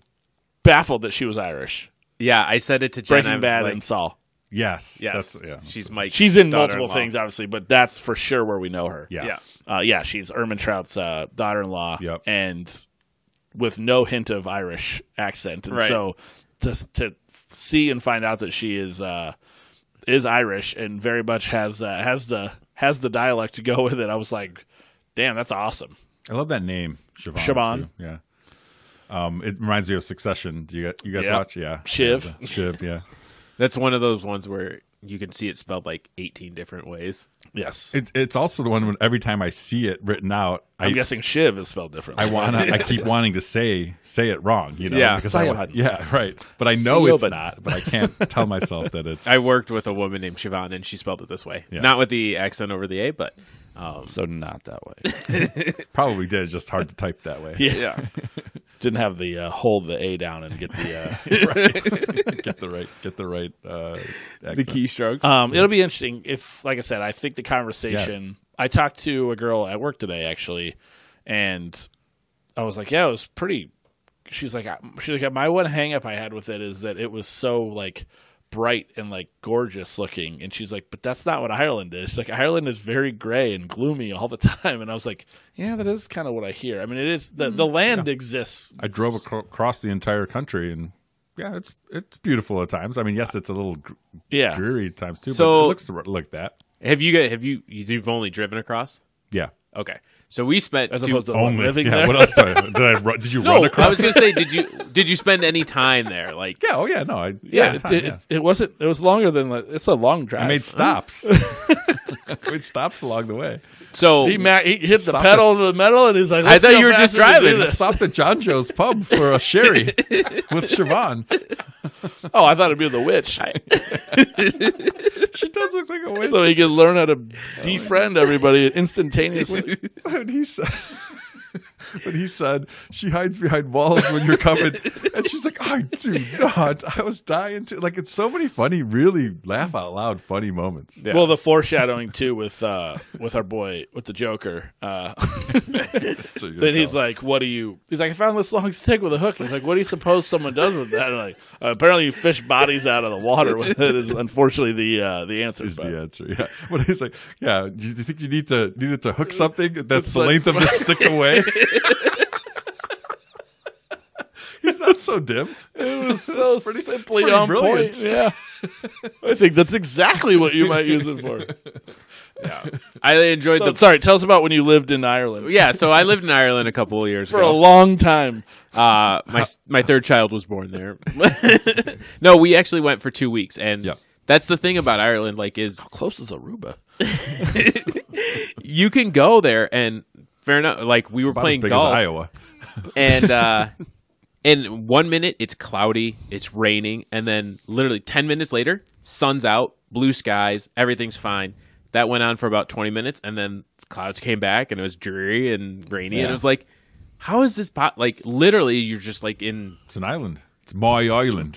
Speaker 1: baffled that she was Irish.
Speaker 3: yeah, I said it to Jen. I
Speaker 1: Breaking
Speaker 3: was
Speaker 1: Bad
Speaker 3: like,
Speaker 1: and Saul.
Speaker 2: Yes,
Speaker 3: yes,
Speaker 2: that's- yeah.
Speaker 3: she's Mike.
Speaker 1: She's in multiple things, obviously, but that's for sure where we know her.
Speaker 2: yeah,
Speaker 3: Yeah,
Speaker 1: uh, yeah, she's Ermintrout's uh, daughter-in-law,
Speaker 2: Yep.
Speaker 1: and with no hint of Irish accent. And
Speaker 3: Right.
Speaker 1: So to to see and find out that she is uh, is Irish and very much has uh, has the has the dialect to go with it, I was like, damn, that's awesome.
Speaker 2: I love that name, Siobhan.
Speaker 1: Siobhan.
Speaker 2: too. Yeah. Um, it reminds me of Succession. Do you guys, you guys
Speaker 1: Yeah.
Speaker 2: watch? Yeah.
Speaker 1: Shiv.
Speaker 2: Shiv, yeah.
Speaker 3: that's one of those ones where you can see it spelled like eighteen different ways.
Speaker 1: Yes,
Speaker 2: It's it's also the one when every time I see it written out,
Speaker 1: I'm
Speaker 2: I
Speaker 1: guessing Shiv is spelled differently.
Speaker 2: I wanna I keep wanting to say say it wrong, you know.
Speaker 3: Yeah.
Speaker 2: because I,
Speaker 1: Siobhan.
Speaker 2: want- yeah, right. But I know it's
Speaker 1: Siobhan.
Speaker 2: not, but I can't tell myself that it's
Speaker 3: I worked with a woman named Siobhan, and she spelled it this way,
Speaker 2: Yeah.
Speaker 3: not with the accent over the a, but um,
Speaker 1: so not that way.
Speaker 2: probably did, it's just hard to type that way.
Speaker 1: yeah,
Speaker 3: yeah,
Speaker 1: didn't have the uh, hold the A down and get the. Uh,
Speaker 2: Right. get the right get the right uh accent.
Speaker 3: the keystrokes.
Speaker 1: Um, It'll be interesting if, like I said, I think the conversation. I talked to a girl at work today actually, and I was like, "Yeah, it was pretty." She's like, I- "She's like, my one hang up I had with it is that it was so like bright and like gorgeous looking," and she's like, "But that's not what Ireland is." She's like, "Ireland is very gray and gloomy all the time," and I was like, "Yeah, that is kind of what I hear." I mean, it is the the land exists.
Speaker 2: I drove acro- across the entire country and yeah, it's it's beautiful at times. I mean, yes, it's a little gr-
Speaker 1: Yeah,
Speaker 2: dreary at times too, but
Speaker 3: So-
Speaker 2: it looks like that.
Speaker 3: have you got? Have you? You've only driven across?
Speaker 2: Yeah.
Speaker 3: Okay, so we spent
Speaker 1: as
Speaker 3: two-
Speaker 1: opposed to like, living
Speaker 2: yeah,
Speaker 1: there.
Speaker 2: what else did I, did I run, did you
Speaker 3: no.
Speaker 2: run across?
Speaker 3: I was gonna say, did you did you spend any time there? Like,
Speaker 2: yeah, oh yeah, no, I,
Speaker 1: yeah,
Speaker 2: yeah,
Speaker 1: it,
Speaker 2: time,
Speaker 1: it,
Speaker 2: yeah.
Speaker 1: it wasn't. It was longer than like, it's a long drive.
Speaker 2: I made stops. it stops along the way.
Speaker 3: So
Speaker 1: He, ma- he hit the
Speaker 2: Stop
Speaker 1: pedal to the metal, and he's like,
Speaker 3: I
Speaker 1: "Let's
Speaker 3: thought
Speaker 1: see how
Speaker 3: you were
Speaker 1: fast
Speaker 3: just
Speaker 1: we can do
Speaker 3: driving.
Speaker 1: this."
Speaker 2: Stopped at John Joe's pub for a sherry with Siobhan.
Speaker 1: Oh, I thought it'd be the witch,
Speaker 2: She does look like a witch.
Speaker 1: so he could learn how to defriend everybody instantaneously.
Speaker 2: But he said, but he said she hides behind walls when you're coming, and she's like, "I do not." I was dying to like. It's so many funny, really laugh out loud funny moments.
Speaker 3: Yeah.
Speaker 1: Well, the foreshadowing too with uh, with our boy with the Joker. Uh,
Speaker 2: So you're
Speaker 1: then he's
Speaker 2: like,
Speaker 1: like, "What do you?" He's like, "I found this long stick with a hook." He's like, "What do you suppose someone does with that?" And like, uh, apparently, you fish bodies out of the water with it. Is unfortunately the uh, the answer.
Speaker 2: "Is
Speaker 1: but-
Speaker 2: the answer?" Yeah, but he's like, "Yeah, do you think you need to need it to hook something that's the
Speaker 1: like-
Speaker 2: length of the stick away?" he's not so dim.
Speaker 1: It was so
Speaker 2: pretty-
Speaker 1: simply
Speaker 2: pretty
Speaker 1: on
Speaker 2: brilliant.
Speaker 1: point. Yeah, I think that's exactly what you might use it for.
Speaker 3: I enjoyed
Speaker 1: So,
Speaker 3: the
Speaker 1: sorry, tell us about when you lived in Ireland
Speaker 3: yeah. So I lived in Ireland a couple of years
Speaker 1: for a
Speaker 3: ago.
Speaker 1: long time.
Speaker 3: Uh, my my third child was born there. no, we actually went for two weeks, and
Speaker 2: Yeah.
Speaker 3: that's the thing about Ireland. Like, is
Speaker 1: Close as Aruba.
Speaker 3: you can go there and fair enough. Like we were
Speaker 2: About
Speaker 3: playing
Speaker 2: as big
Speaker 3: golf,
Speaker 2: as Iowa.
Speaker 3: and uh, and one minute it's cloudy, it's raining, and then literally ten minutes later, sun's out, blue skies, everything's fine. That went on for about twenty minutes, and then clouds came back, and it was dreary and rainy, and
Speaker 2: Yeah.
Speaker 3: it was like, how is this? Po-? Like literally, you're just like in
Speaker 2: It's an island. It's my island.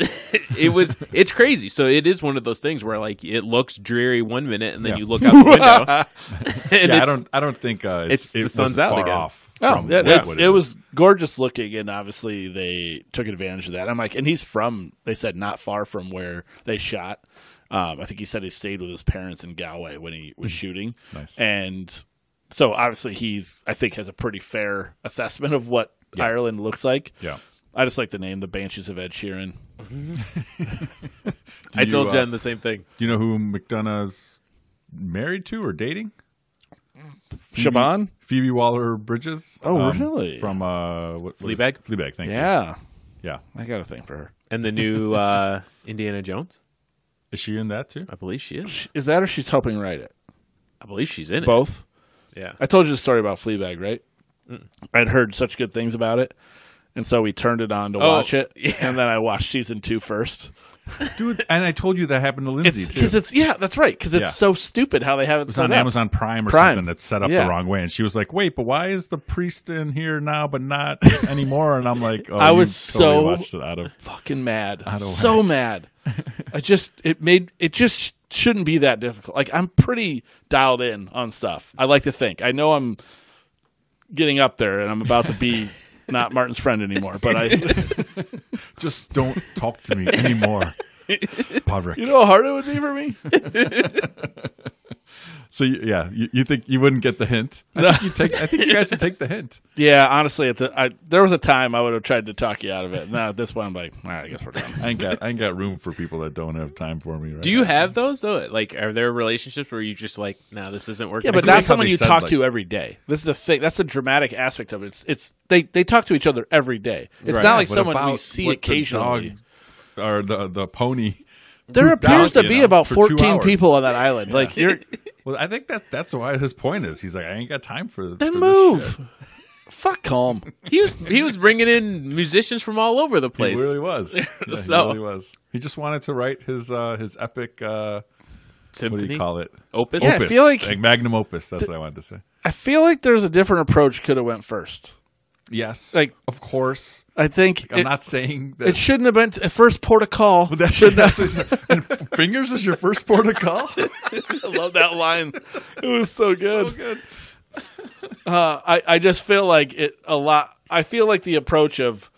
Speaker 3: it was it's crazy. So it is one of those things where like it looks dreary one minute and then
Speaker 2: Yeah.
Speaker 3: you look out the window and
Speaker 2: yeah, I
Speaker 3: it's-
Speaker 2: don't. I don't think uh,
Speaker 3: it's the
Speaker 2: was
Speaker 3: sun's out
Speaker 2: far
Speaker 3: again.
Speaker 2: Off
Speaker 1: Oh,
Speaker 2: from
Speaker 1: yeah,
Speaker 2: what
Speaker 1: it's-
Speaker 2: it
Speaker 1: it
Speaker 2: is.
Speaker 1: was gorgeous looking, and obviously they took advantage of that. I'm like, and he's from, they said, not far from where they shot. Um, I think he said he stayed with his parents in Galway when he was shooting.
Speaker 2: Nice.
Speaker 1: And so obviously he's, I think, has a pretty fair assessment of what Ireland looks like.
Speaker 2: Yeah.
Speaker 1: I just like the name, the Banshees of Ed Sheeran.
Speaker 3: I
Speaker 2: Do
Speaker 3: told
Speaker 2: you, uh,
Speaker 3: Jen the same thing.
Speaker 2: Do you know who McDonough's married to or dating?
Speaker 1: Mm-hmm. Shaban?
Speaker 2: Phoebe Waller Bridges.
Speaker 1: Oh, really?
Speaker 2: From uh, what, what is-
Speaker 3: Fleabag?
Speaker 2: Fleabag. Thank you.
Speaker 1: Yeah.
Speaker 2: Yeah.
Speaker 1: I got a thing for her.
Speaker 3: And the new uh Indiana Jones.
Speaker 2: Is she in that too?
Speaker 3: I believe she is.
Speaker 1: Is that or she's helping write it?
Speaker 3: I believe she's in it.
Speaker 1: Both?
Speaker 3: Yeah.
Speaker 1: I told you the story about Fleabag, right? I'd heard such good things about it, and so we turned it on to
Speaker 3: Oh,
Speaker 1: watch it.
Speaker 3: yeah.
Speaker 1: And then I watched season two first.
Speaker 2: Dude, and I told you that happened to Lindsay
Speaker 1: It's
Speaker 2: too.
Speaker 1: because it's yeah, that's right. Because it's
Speaker 2: Yeah.
Speaker 1: so stupid how they have it,
Speaker 2: it was
Speaker 1: set
Speaker 2: on
Speaker 1: up.
Speaker 2: Amazon Prime or
Speaker 1: Prime.
Speaker 2: something that's set up
Speaker 1: Yeah.
Speaker 2: the wrong way, and she was like, "Wait, but why is the priest in here now, but not anymore?" And I'm like, oh,
Speaker 1: I
Speaker 2: you
Speaker 1: was
Speaker 2: totally
Speaker 1: so-
Speaker 2: watched it out of
Speaker 1: Fucking mad,
Speaker 2: Out of
Speaker 1: so mad. I just it made it just sh- shouldn't be that difficult. Like I'm pretty dialed in on stuff. I like to think. I know I'm getting up there, and I'm about to be not Martin's friend anymore. But I.
Speaker 2: just don't talk to me anymore, Podrick.
Speaker 1: You know how hard it would be for me?
Speaker 2: So you- yeah, you, you think you wouldn't get the hint? I think you take. I think you guys would take the hint.
Speaker 1: Yeah, honestly, at the I, there was a time I would have tried to talk you out of it. Now at this point, I'm like, all right, I guess we're done.
Speaker 2: I ain't got. I ain't got room for people that don't have time for me. Right
Speaker 3: Do you have those though? Like are there relationships where you just like, no, this isn't working?
Speaker 1: Yeah, but
Speaker 2: do like
Speaker 1: not
Speaker 2: how
Speaker 1: someone
Speaker 2: they
Speaker 1: you
Speaker 2: said,
Speaker 1: talk
Speaker 2: like-
Speaker 1: to every day. That's the thing. That's the dramatic aspect of it. It's, it's they they talk to each other every day. It's
Speaker 2: Right.
Speaker 1: not like
Speaker 2: What
Speaker 1: someone we
Speaker 2: about
Speaker 1: see
Speaker 2: what the
Speaker 1: occasionally.
Speaker 2: dog or the the pony.
Speaker 1: there
Speaker 2: pooped out,
Speaker 1: appears to
Speaker 2: you
Speaker 1: be
Speaker 2: know,
Speaker 1: about
Speaker 2: for two
Speaker 1: 14
Speaker 2: hours?
Speaker 1: people on that island. Like you're
Speaker 2: Well, I think that that's why his point is. He's like, I ain't got time for. for
Speaker 1: then
Speaker 2: this shit."
Speaker 1: move. Fuck calm.
Speaker 3: he was he was bringing in musicians from all over the
Speaker 2: He
Speaker 3: place.
Speaker 2: really was. Yeah,
Speaker 3: So-
Speaker 2: He really was. He just wanted to write his uh, his epic. Uh, what
Speaker 3: Symphony,
Speaker 2: do you call it?
Speaker 3: opus.
Speaker 1: Yeah, I
Speaker 2: Opus.
Speaker 1: feel like-
Speaker 2: magnum opus. That's what I wanted to say.
Speaker 1: I feel like there's a different approach could have went first.
Speaker 2: Yes,
Speaker 1: Like-
Speaker 2: of course.
Speaker 1: I think
Speaker 2: I'm
Speaker 1: it,
Speaker 2: not saying that.
Speaker 1: it shouldn't have been at first port of call.
Speaker 2: that should that's and fingers is your first port of call.
Speaker 1: I love that line. It was so good.
Speaker 2: So good.
Speaker 1: Uh, I, I just feel like it a lot. I feel like the approach of,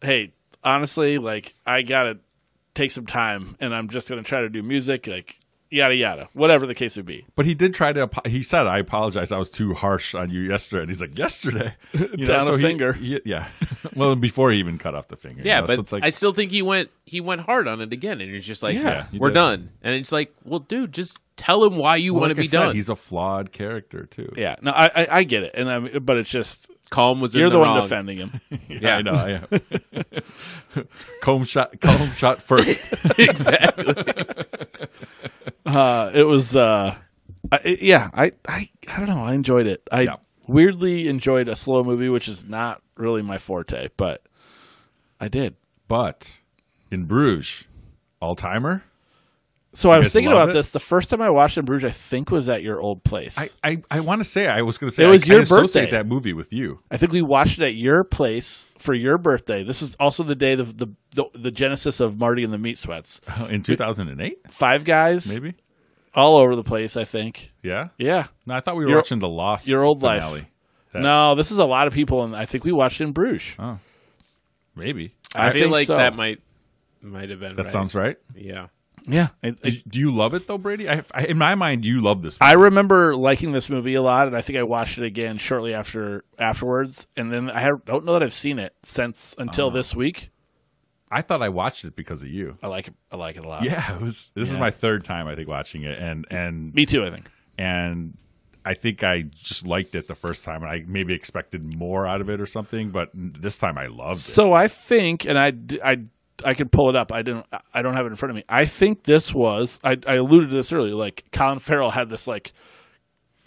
Speaker 1: hey, honestly, like I gotta take some time, and I'm just gonna try to do music, like yada yada, whatever the case would be.
Speaker 2: But he did try to. apo- He said, "I apologize. I was too harsh on you yesterday." And he's like, "Yesterday, you
Speaker 1: Down a
Speaker 2: he-
Speaker 1: finger.
Speaker 2: he- yeah. well, before he even cut off the finger. you
Speaker 3: Yeah,
Speaker 2: know, so
Speaker 3: but
Speaker 2: it's like,
Speaker 3: I still think he went he went hard on it again, and he's just like,
Speaker 2: Yeah, he
Speaker 3: we're
Speaker 2: did.
Speaker 3: done. And it's like, well, dude, just tell him why you
Speaker 2: well,
Speaker 3: want
Speaker 2: like
Speaker 3: to
Speaker 2: I
Speaker 3: be
Speaker 2: said,
Speaker 3: done.
Speaker 2: He's a flawed character too.
Speaker 1: Yeah, no, I I, I get it, and I'm, but it's just
Speaker 3: Calm was in
Speaker 1: you're the, one
Speaker 3: wrong.
Speaker 1: defending him.
Speaker 3: Yeah.
Speaker 2: I know. I am. comb shot, comb shot first.
Speaker 3: exactly.
Speaker 1: uh, it was. Uh, I, it- yeah, I, I I don't know. I enjoyed it. I
Speaker 2: Yeah.
Speaker 1: weirdly enjoyed a slow movie, which is not really my forte, but I did.
Speaker 2: But in Bruges, all timer.
Speaker 1: So I was
Speaker 2: guys
Speaker 1: thinking
Speaker 2: love
Speaker 1: about
Speaker 2: it?
Speaker 1: this. The first time I watched in Bruges, I think was at your old place.
Speaker 2: I, I, I want to say I was going to say
Speaker 1: It was
Speaker 2: I,
Speaker 1: your
Speaker 2: I associate
Speaker 1: birthday.
Speaker 2: that movie with you.
Speaker 1: I think we watched it at your place for your birthday. This was also the day the the, the, the genesis of Marty and the Meat Sweats.
Speaker 2: in 2008
Speaker 1: Five guys,
Speaker 2: maybe
Speaker 1: all over the place. I think.
Speaker 2: yeah
Speaker 1: Yeah.
Speaker 2: no i thought we were
Speaker 1: Your-
Speaker 2: watching the lost
Speaker 1: your old life.
Speaker 2: finale. That-
Speaker 1: No, this is a lot of people, and I think we watched it in
Speaker 2: Uh.
Speaker 1: Bruges.
Speaker 2: maybe
Speaker 3: I,
Speaker 1: I
Speaker 3: feel
Speaker 1: think
Speaker 3: like
Speaker 1: so.
Speaker 3: that might might have been
Speaker 2: that
Speaker 3: right.
Speaker 2: sounds right
Speaker 3: yeah.
Speaker 1: Yeah.
Speaker 2: Did- do you love it though brady I, I, in my mind you love this movie.
Speaker 1: I remember liking this movie a lot, and I think I watched it again shortly after afterwards. And then I ha- don't know that I've seen it since
Speaker 2: Uh.
Speaker 1: until this week.
Speaker 2: I thought i watched it because of you
Speaker 1: I like it. I like it a lot.
Speaker 2: yeah it was this is my third time i think watching it and and
Speaker 1: me too. I think.
Speaker 2: and i think i just liked it the first time and i maybe expected more out of it or something but this time i loved it
Speaker 1: So I think, and I, d- I, I could pull it up. I didn't. I don't have it in front of me. I think this was. I, I alluded to this earlier. Like Colin Farrell had this like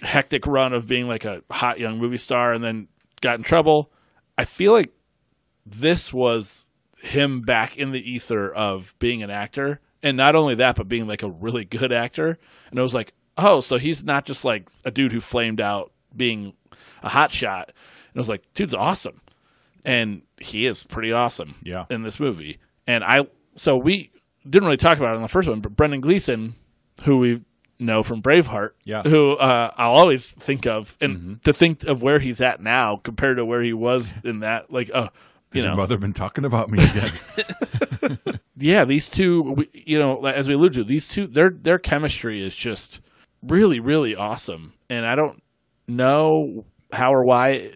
Speaker 1: hectic run of being like a hot young movie star, and then got in trouble. I feel like this was him back in the ether of being an actor, and not only that, but being like a really good actor. And I was like, oh, so he's not just like a dude who flamed out being a hot shot. And I was like, dude's awesome and he is pretty awesome
Speaker 2: Yeah.
Speaker 1: in this movie. And I so we didn't really talk about it on the first one, but Brendan Gleeson, who we know from Braveheart,
Speaker 2: Yeah.
Speaker 1: who uh, I'll always think of, and to think of where he's at now compared to where he was in that, like, uh, you
Speaker 2: Has
Speaker 1: know,
Speaker 2: your mother been talking about me again
Speaker 1: yeah, these two, we, you know, like, as we alluded to, these two, their their chemistry is just really, really awesome, and I don't know how or why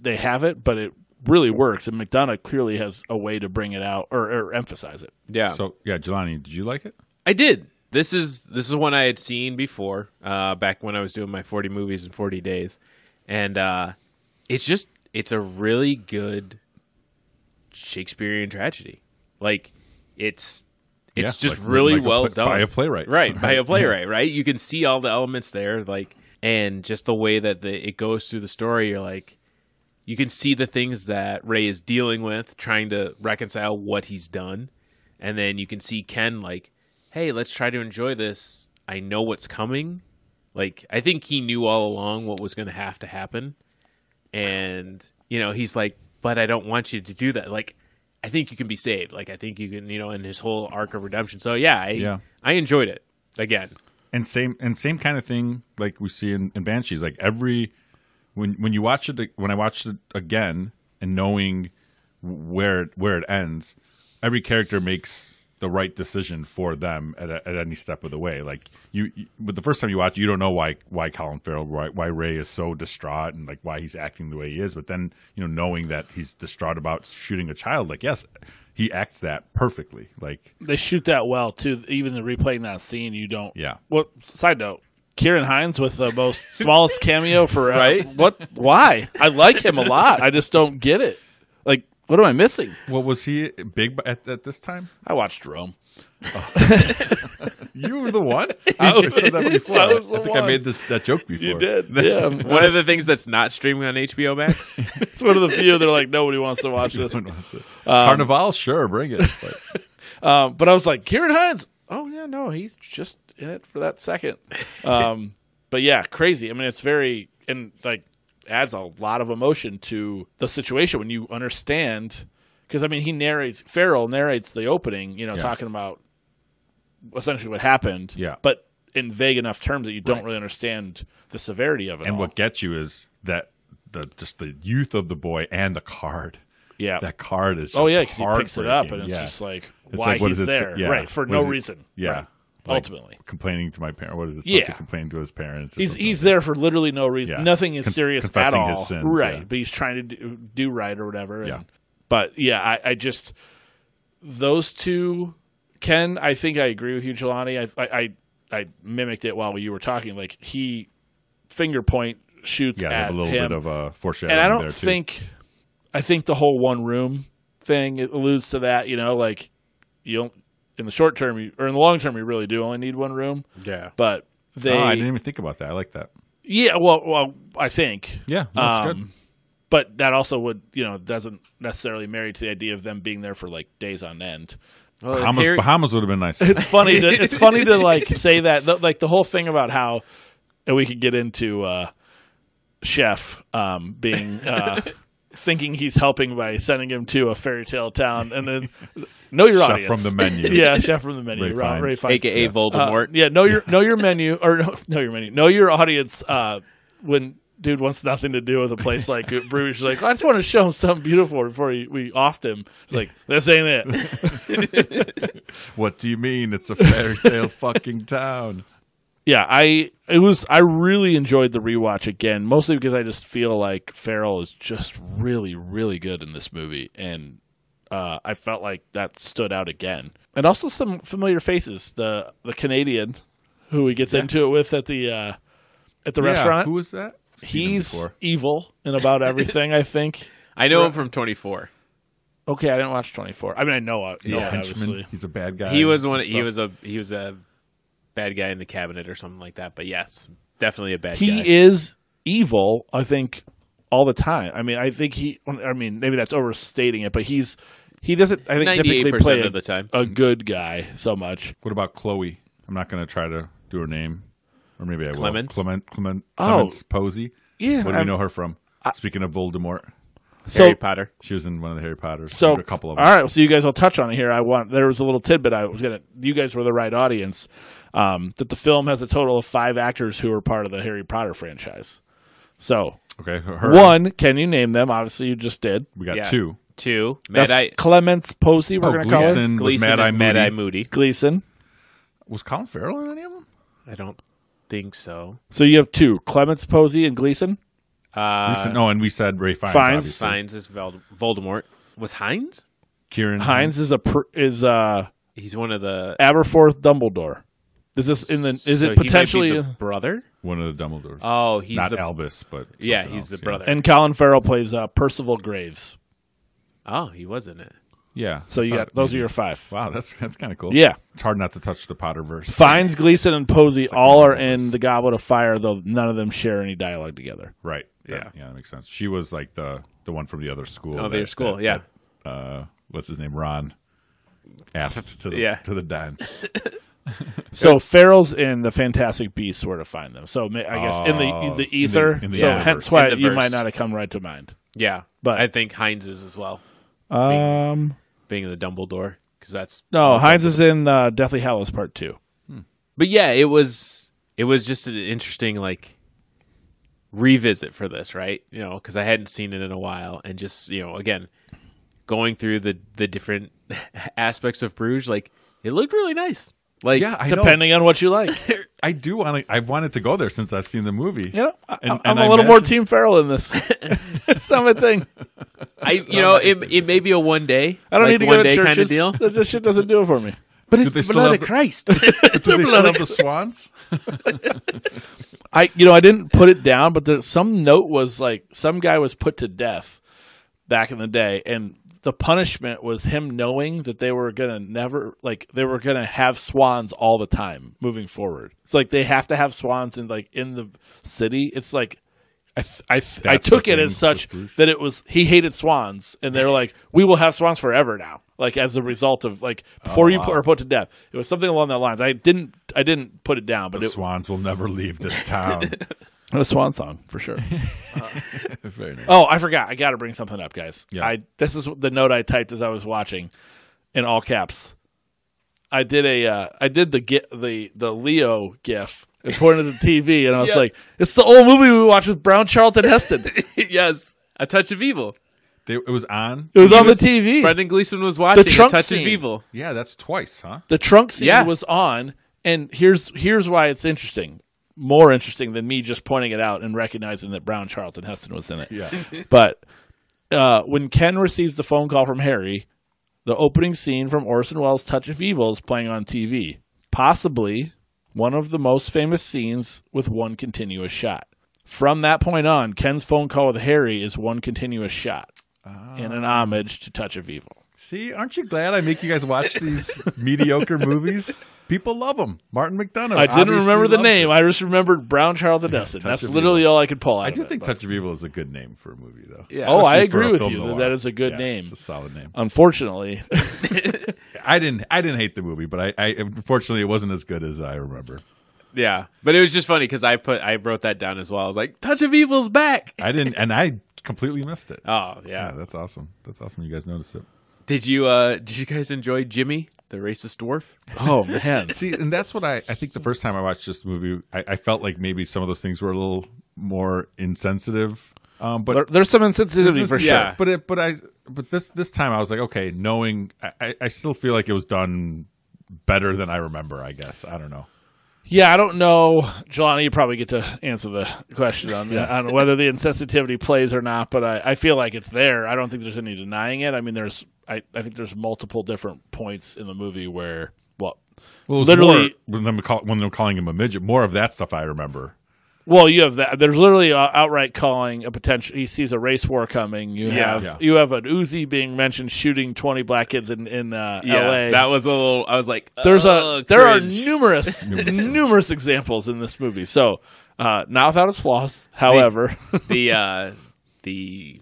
Speaker 1: they have it, but it really works, and McDonough clearly has a way to bring it out or, or emphasize it.
Speaker 3: Yeah.
Speaker 2: so yeah Jelani, did you like it
Speaker 3: I did. This is this is one I had seen before, uh, back when I was doing my forty movies in forty days, and uh, it's just it's a really good Shakespearean tragedy. Like it's it's
Speaker 2: Yeah,
Speaker 3: just
Speaker 2: like-
Speaker 3: really
Speaker 2: like a
Speaker 3: well
Speaker 2: pla-
Speaker 3: done
Speaker 2: by a playwright
Speaker 3: right? By a playwright, right? You can see all the elements there, like and just the way that the, it goes through the story. You're like, you can see the things that Ray is dealing with, trying to reconcile what he's done. And then you can see Ken like, "Hey, let's try to enjoy this. I know what's coming." Like, I think he knew all along what was going to have to happen. And, you know, he's like, "But I don't want you to do that." Like, I think you can be saved. Like, I think you can, you know, in his whole arc of redemption. So, yeah, I
Speaker 2: Yeah.
Speaker 3: I enjoyed it again.
Speaker 2: and same and same kind of thing like we see in, in banshees like every when when you watch it when i watched it again and knowing where it- where it ends every character makes the right decision for them at, a, at any step of the way like you, you but the first time you watch you don't know why why colin farrell why, why ray is so distraught and like why he's acting the way he is but then you know knowing that he's distraught about shooting a child like yes he acts that perfectly like
Speaker 1: They shoot that well too. Even the replaying that scene, you don't.
Speaker 2: Yeah.
Speaker 1: Well, side note. Kieran Hines with the most smallest cameo for uh,
Speaker 3: Right?
Speaker 1: what? Why? I like him a lot. I just don't get it. Like, what am I missing?
Speaker 2: what was he big at, at this time
Speaker 1: I watched Rome.
Speaker 2: You were the one.
Speaker 1: I was-
Speaker 2: I've said that before.
Speaker 1: I was the
Speaker 2: think I
Speaker 1: one.
Speaker 2: made this that joke before.
Speaker 1: You did. Yeah.
Speaker 3: One of the things that's not streaming on HBO Max.
Speaker 1: It's one of the few that are like nobody wants to watch this.
Speaker 2: Carnival, sure, bring it. But
Speaker 1: Um, but I was like Kieran Hines. Oh yeah, no, he's just in it for that second. Um, but yeah, crazy. I mean, it's very and like adds a lot of emotion to the situation when you understand. Because I mean, he narrates. Farrell narrates the opening. You know,
Speaker 2: Yeah.
Speaker 1: talking about essentially what happened.
Speaker 2: Yeah.
Speaker 1: but in vague enough terms that you don't really understand the severity of it.
Speaker 2: and
Speaker 1: all.
Speaker 2: what gets you is that the just the youth of the boy and the card.
Speaker 1: Yeah.
Speaker 2: That card is. Just
Speaker 1: oh yeah, because he picks it up
Speaker 2: heartbreaking.
Speaker 1: and it's
Speaker 2: Yeah.
Speaker 1: just like
Speaker 2: It's
Speaker 1: why
Speaker 2: like, what
Speaker 1: he's
Speaker 2: does it say-
Speaker 1: there,
Speaker 2: yeah.
Speaker 1: right? For
Speaker 2: What
Speaker 1: no
Speaker 2: does it-
Speaker 1: reason.
Speaker 2: yeah.
Speaker 1: Right.
Speaker 2: Like,
Speaker 1: ultimately.
Speaker 2: complaining to my parent. What is it?
Speaker 1: Yeah.
Speaker 2: Like to complain to his parents. or
Speaker 1: He's
Speaker 2: something.
Speaker 1: he's there for literally no reason.
Speaker 2: Yeah.
Speaker 1: Nothing is
Speaker 2: Conf-
Speaker 1: serious at
Speaker 2: confessing
Speaker 1: all, right?
Speaker 2: his sins, yeah.
Speaker 1: But he's trying to do, do right or whatever. and-
Speaker 2: Yeah.
Speaker 1: But yeah, I, I just those two. Ken, I think I agree with you, Jelani. I I I, I mimicked it while you were talking. Like he finger point shoots
Speaker 2: Yeah, they
Speaker 1: at
Speaker 2: have a little
Speaker 1: him,
Speaker 2: bit of a foreshadowing
Speaker 1: and I
Speaker 2: there
Speaker 1: don't
Speaker 2: too.
Speaker 1: think. I think the whole one room thing it alludes to that. You know, like you don't in the short term you, or in the long term you really do only need one room
Speaker 3: yeah.
Speaker 1: but They,
Speaker 2: oh, I didn't even think about that. I like that.
Speaker 1: yeah, well, well, I think,
Speaker 2: Yeah, that's good.
Speaker 1: Um, but that also would, you know, doesn't necessarily marry to the idea of them being there for like days on end.
Speaker 3: Well,
Speaker 2: Bahamas,
Speaker 3: Harry-
Speaker 2: Bahamas would have been nice.
Speaker 1: It's funny. To, it's funny to like say that, th- like the whole thing about how, and we could get into uh, Chef um, being uh, thinking he's helping by sending him to a fairy tale town, and then know your
Speaker 2: Chef
Speaker 1: audience
Speaker 2: from the menu.
Speaker 1: yeah, Chef from the menu.
Speaker 2: Ray
Speaker 1: Ray, Ra-
Speaker 2: Fiennes.
Speaker 1: Ray Fiennes.
Speaker 3: AKA
Speaker 1: Uh,
Speaker 3: Voldemort.
Speaker 1: yeah, know your know your menu or no, know your menu. Know your audience. Uh, when dude wants nothing to do with a place like Bruges, you're like I just want to show him something beautiful before he, we offed him. It's like this ain't it.
Speaker 2: what do you mean? It's a fairy tale fucking town.
Speaker 1: Yeah, I it was I really enjoyed the rewatch again, mostly because I just feel like Farrell is just really really good in this movie, and uh, I felt like that stood out again. And also some familiar faces the the Canadian who he gets into it with at the uh, at the
Speaker 2: Yeah,
Speaker 1: restaurant.
Speaker 2: who was that? Seen him
Speaker 1: He's
Speaker 2: before.
Speaker 1: evil in about everything, I think.
Speaker 3: I know him from 24.
Speaker 1: Okay, I didn't watch 24. I mean, I know, I
Speaker 2: He's
Speaker 1: know
Speaker 2: a
Speaker 1: it,
Speaker 2: henchman.
Speaker 1: obviously.
Speaker 2: He's a bad guy.
Speaker 3: He was one.
Speaker 2: and
Speaker 3: He
Speaker 2: stuff.
Speaker 3: was a he was a bad guy in the cabinet or something like that. But yes, definitely a bad
Speaker 1: He
Speaker 3: guy.
Speaker 1: is evil, I think, all the time. I mean, I think he, I mean, maybe that's overstating it, but he's, he doesn't, I think, typically
Speaker 3: 98%
Speaker 1: play
Speaker 3: of
Speaker 1: a,
Speaker 3: the time.
Speaker 1: a good guy so much.
Speaker 2: What about Chloe? I'm not going to try to do her name, or maybe I will.
Speaker 3: Clements?
Speaker 2: Clement, Clement,
Speaker 1: Oh.
Speaker 2: Clements Posey.
Speaker 1: Yeah,
Speaker 2: What do we
Speaker 1: I'm-
Speaker 2: know her from? Speaking of Voldemort,
Speaker 1: So,
Speaker 3: Harry Potter.
Speaker 2: she was in one of the Harry Potters.
Speaker 1: so,
Speaker 2: a couple of
Speaker 1: all
Speaker 2: them.
Speaker 1: right, so you guys will touch on it here. I want, there was a little tidbit I was going to, you guys were the right audience, um, that the film has a total of five actors who are part of the Harry Potter franchise. So,
Speaker 2: Okay, her.
Speaker 1: One, can you name them? Obviously, you just did.
Speaker 2: We got
Speaker 3: Yeah.
Speaker 2: two.
Speaker 3: Two. Mad
Speaker 1: That's
Speaker 3: Eye.
Speaker 1: Clements Posey. We're
Speaker 2: Oh,
Speaker 1: going to call him
Speaker 2: Gleason was
Speaker 3: Gleason
Speaker 2: Mad
Speaker 3: is
Speaker 2: Eye
Speaker 3: Mad
Speaker 2: Moody.
Speaker 3: Eye Moody.
Speaker 1: Gleason.
Speaker 2: Was Colin Farrell in any of them?
Speaker 3: I don't think so.
Speaker 1: So you have two: Clements Posey and Gleason.
Speaker 2: We
Speaker 3: Uh,
Speaker 2: said- no, and we said Ray Fiennes.
Speaker 1: Fiennes.
Speaker 2: obviously.
Speaker 3: Signs is Val- Voldemort. Was Hines?
Speaker 2: Kieran
Speaker 1: Hines is a pr- is uh
Speaker 3: He's one of the.
Speaker 1: Aberforth Dumbledore. Is this in the? Is
Speaker 3: so he
Speaker 1: it
Speaker 3: might be
Speaker 1: potentially?
Speaker 3: the brother?
Speaker 2: one of the Dumbledores.
Speaker 3: Oh, he's
Speaker 2: Not
Speaker 3: the.
Speaker 2: Albus, but
Speaker 3: yeah,
Speaker 2: something
Speaker 3: he's the
Speaker 2: else, yeah.
Speaker 3: brother.
Speaker 1: And Colin Farrell plays uh, Percival Graves.
Speaker 3: oh, he was in it.
Speaker 2: Uh, Yeah.
Speaker 1: So you
Speaker 2: Thought-
Speaker 1: got those are your five.
Speaker 2: Wow, that's that's kind of cool.
Speaker 1: Yeah,
Speaker 2: It's hard not to touch the Potterverse.
Speaker 1: Fines, Gleason, and Posey all
Speaker 2: one
Speaker 1: are
Speaker 2: of
Speaker 1: in
Speaker 2: those.
Speaker 1: the Goblet of Fire, though none of them share any dialogue together.
Speaker 2: Right. That- yeah, that makes sense. She was like the the one from the other school.
Speaker 3: Oh,
Speaker 2: that-
Speaker 3: their school.
Speaker 2: that-
Speaker 3: yeah.
Speaker 2: that, uh, what's his name? Ron asked to the
Speaker 3: Yeah.
Speaker 2: to the dance.
Speaker 1: So Farrell's in the Fantastic Beasts where to find them. So ma- I guess in
Speaker 2: Oh,
Speaker 1: the
Speaker 2: in
Speaker 1: the
Speaker 2: the-
Speaker 1: ether.
Speaker 2: in the
Speaker 1: so
Speaker 2: universe.
Speaker 1: hence why
Speaker 3: In the
Speaker 1: you
Speaker 3: verse.
Speaker 1: might not have come right to mind.
Speaker 3: Yeah.
Speaker 1: But-
Speaker 3: I think Hines is as well,
Speaker 1: Um,
Speaker 3: being the Dumbledore, because that's.
Speaker 1: no, Heinz is in uh, Deathly Hallows Part Two.
Speaker 3: But yeah, it was. It was just an interesting, like. Revisit for this, right? You know, because I hadn't seen it in a while, and just you know, again, going through the the different aspects of Bruges, like it looked really nice. Like,
Speaker 2: yeah, I know.
Speaker 1: Depending on what you like,
Speaker 2: I do want to. I wanted to go there since I've seen the movie.
Speaker 1: you know, I,
Speaker 2: And-
Speaker 1: I'm
Speaker 2: and
Speaker 1: a
Speaker 2: I
Speaker 1: little more
Speaker 2: imagine-
Speaker 1: Team Farrell in this. it's not my thing.
Speaker 3: I you know it, it may be a one day.
Speaker 1: I don't
Speaker 3: like
Speaker 1: need to
Speaker 3: one
Speaker 1: go to
Speaker 3: day kind of
Speaker 1: churches.
Speaker 3: deal.
Speaker 1: That this shit doesn't do it for me.
Speaker 3: But
Speaker 2: it's they the still blood have of the-
Speaker 3: Christ.
Speaker 2: Do they still have the swans?
Speaker 1: I you know I didn't put it down, but there, some note was like some guy was put to death back in the day, and the punishment was him knowing that they were gonna never like they were gonna have swans all the time moving forward. It's like they have to have swans in like in the city. It's like. I th- I, th- I
Speaker 2: That's
Speaker 1: took
Speaker 2: the
Speaker 1: it
Speaker 2: thing
Speaker 1: as such
Speaker 2: with Bruges.
Speaker 1: that it was he hated swans and they were like we will have swans forever now like as a result of like before you
Speaker 2: Oh, wow.
Speaker 1: pu- are put to death it was something along that lines I didn't I didn't put it down but
Speaker 2: The
Speaker 1: it,
Speaker 2: swans will never leave this town.
Speaker 1: it was a swan song for sure
Speaker 2: Very nice.
Speaker 1: Oh, I forgot. I got to bring something up, guys.
Speaker 2: Yeah.
Speaker 1: I this is the note I typed as I was watching, in all caps. I did a uh, I did the gi- the the Leo gif and pointed at the TV, and I was
Speaker 3: Yeah.
Speaker 1: like, "It's the old movie we watched with Brown Charlton Heston. It
Speaker 3: yes, a touch of evil.
Speaker 2: They, it was on.
Speaker 1: was on
Speaker 3: was-
Speaker 1: the TV.
Speaker 3: Brendan Gleeson was watching a
Speaker 1: trunk
Speaker 3: touch
Speaker 1: scene.
Speaker 3: of evil.
Speaker 2: Yeah, that's twice, huh?
Speaker 1: The trunk scene
Speaker 3: Yeah.
Speaker 1: was on, and here's here's why it's interesting, more interesting than me just pointing it out and recognizing that Brown Charlton Heston was in it.
Speaker 2: Yeah.
Speaker 1: But uh, when Ken receives the phone call from Harry, the opening scene from Orson Welles' Touch of Evil is playing on TV. Possibly one of the most famous scenes with one continuous shot. From that point on, Ken's phone call with Harry is one continuous shot in an homage to Touch of Evil.
Speaker 2: See, aren't you glad I make you guys watch these mediocre movies? People love him. Martin McDonough.
Speaker 1: I didn't
Speaker 2: obviously
Speaker 1: remember the
Speaker 2: loves
Speaker 1: name.
Speaker 2: it.
Speaker 1: I just remembered Brown Charles and Dustin.
Speaker 2: Touch
Speaker 1: That's
Speaker 2: of
Speaker 1: literally all I could pull out.
Speaker 2: I
Speaker 1: of
Speaker 2: do
Speaker 1: it,
Speaker 2: think
Speaker 1: but-
Speaker 2: Touch of Evil is a good name for a movie, though.
Speaker 3: Yeah.
Speaker 1: Oh, I
Speaker 2: Especially for a
Speaker 1: agree with
Speaker 2: film
Speaker 1: you that
Speaker 2: noir.
Speaker 1: that is a good
Speaker 2: Yeah,
Speaker 1: name.
Speaker 2: It's a solid name.
Speaker 1: Unfortunately,
Speaker 2: I didn't. I didn't hate the movie, but I, I unfortunately it wasn't as good as I remember.
Speaker 3: Yeah, but it was just funny because I put I wrote that down as well. I was like, "Touch of Evil's back."
Speaker 2: I didn't, and I completely missed it.
Speaker 3: Oh
Speaker 2: Yeah,
Speaker 3: yeah.
Speaker 2: that's awesome. That's awesome. You guys noticed it.
Speaker 3: Did you uh did you guys enjoy Jimmy the racist dwarf?
Speaker 1: oh man,
Speaker 2: See, and that's what I, I think the first time I watched this movie, I, I felt like maybe some of those things were a little more insensitive. Um, but
Speaker 1: there, there's some insensitivity
Speaker 2: This
Speaker 1: for
Speaker 2: is-
Speaker 1: sure.
Speaker 3: yeah.
Speaker 2: But it, but I but this this time I was like, okay, knowing I- I, I still feel like it was done better than I remember. I guess I don't know.
Speaker 1: Yeah, I don't know, Jelani. You probably get to answer the question on, on whether the insensitivity plays or not, but I, I feel like it's there. I don't think there's any denying it. I mean, there's I, I think there's multiple different points in the movie where well,
Speaker 2: Well, it was
Speaker 1: Literally-
Speaker 2: more, when, them call, when they're calling him a midget, more of that stuff I remember.
Speaker 1: well, you have that. There's literally uh, outright calling a potential. He sees a race war coming. You
Speaker 3: Yeah.
Speaker 1: have
Speaker 2: Yeah.
Speaker 1: you have an Uzi being mentioned shooting 20 black kids in in uh, L.A.
Speaker 3: that was a little. I was like,
Speaker 1: there's
Speaker 3: "Ugh,
Speaker 1: a there are
Speaker 3: cringe."
Speaker 1: numerous numerous examples in this movie. So uh, not without its flaws, however.
Speaker 3: the uh, the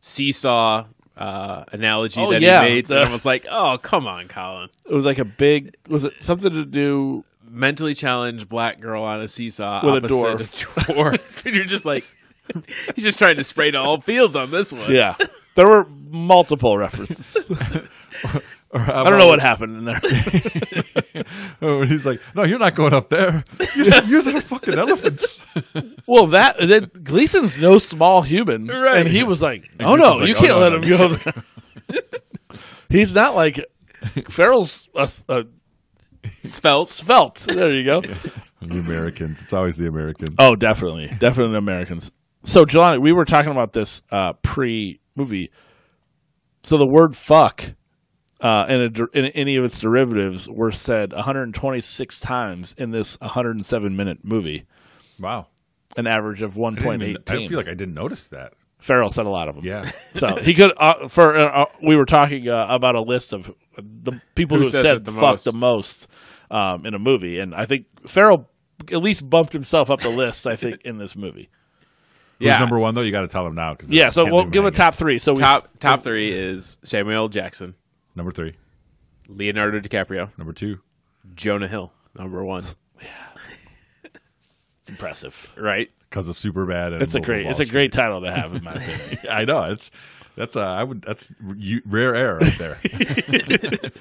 Speaker 3: seesaw uh, analogy
Speaker 1: Oh,
Speaker 3: that
Speaker 1: yeah.
Speaker 3: he made.
Speaker 1: The-
Speaker 3: and I was like, oh come on, Colin.
Speaker 1: It was like a big. Was it something to do?
Speaker 3: Mentally challenged black girl on a seesaw
Speaker 1: With a
Speaker 3: opposite a dwarf. and you're just like, he's just trying to spray to all fields on this one.
Speaker 1: Yeah, there were multiple references. I don't know what happened in there.
Speaker 2: Oh, and he's like, no, you're not going up there. You're using are fucking elephants.
Speaker 1: well, that then Gleason's no small human,
Speaker 3: Right.
Speaker 1: and he was like, "Oh
Speaker 2: Gleason's
Speaker 1: no,
Speaker 2: like,
Speaker 1: you
Speaker 2: "Oh,
Speaker 1: can't
Speaker 2: no,
Speaker 1: let
Speaker 2: no,
Speaker 1: him go." up there." He's not like Farrell's a, a
Speaker 3: Svelte.
Speaker 1: svelte. There you go.
Speaker 2: the Americans. It's always the Americans.
Speaker 1: Oh, definitely, definitely Americans. So, Jelani, we were talking about this uh, pre movie. So the word "fuck" uh, and a, der- and any of its derivatives were said 126 times in this 107 minute movie,
Speaker 2: wow.
Speaker 1: an average of
Speaker 2: I, didn't even- I
Speaker 1: 1.18.
Speaker 2: feel like I didn't notice that.
Speaker 1: Farrell said a lot of them.
Speaker 2: Yeah.
Speaker 1: So he could uh, for uh, uh, we were talking uh, about a list of the people
Speaker 3: Who
Speaker 1: who,
Speaker 3: says
Speaker 1: said
Speaker 3: it the
Speaker 1: fuck
Speaker 3: most?
Speaker 1: the most um, in a movie, and I think Farrell at least bumped himself up the list. I think in this movie.
Speaker 2: Who's
Speaker 3: Yeah.
Speaker 2: number one though? You got to tell them now. Cause
Speaker 1: Yeah, so
Speaker 2: can't
Speaker 1: we'll
Speaker 2: leave 'em
Speaker 1: give a
Speaker 2: hanging.
Speaker 1: top three. So we
Speaker 3: Top top three is Samuel L. Jackson,
Speaker 2: Number three.
Speaker 3: Leonardo DiCaprio,
Speaker 2: Number two.
Speaker 3: Jonah Hill, number one.
Speaker 1: it's impressive.
Speaker 3: Right?
Speaker 2: Because of super bad.
Speaker 1: It's a great, it's a great title to have in my opinion.
Speaker 2: I know it's that's uh, I would that's r- you, rare air right there,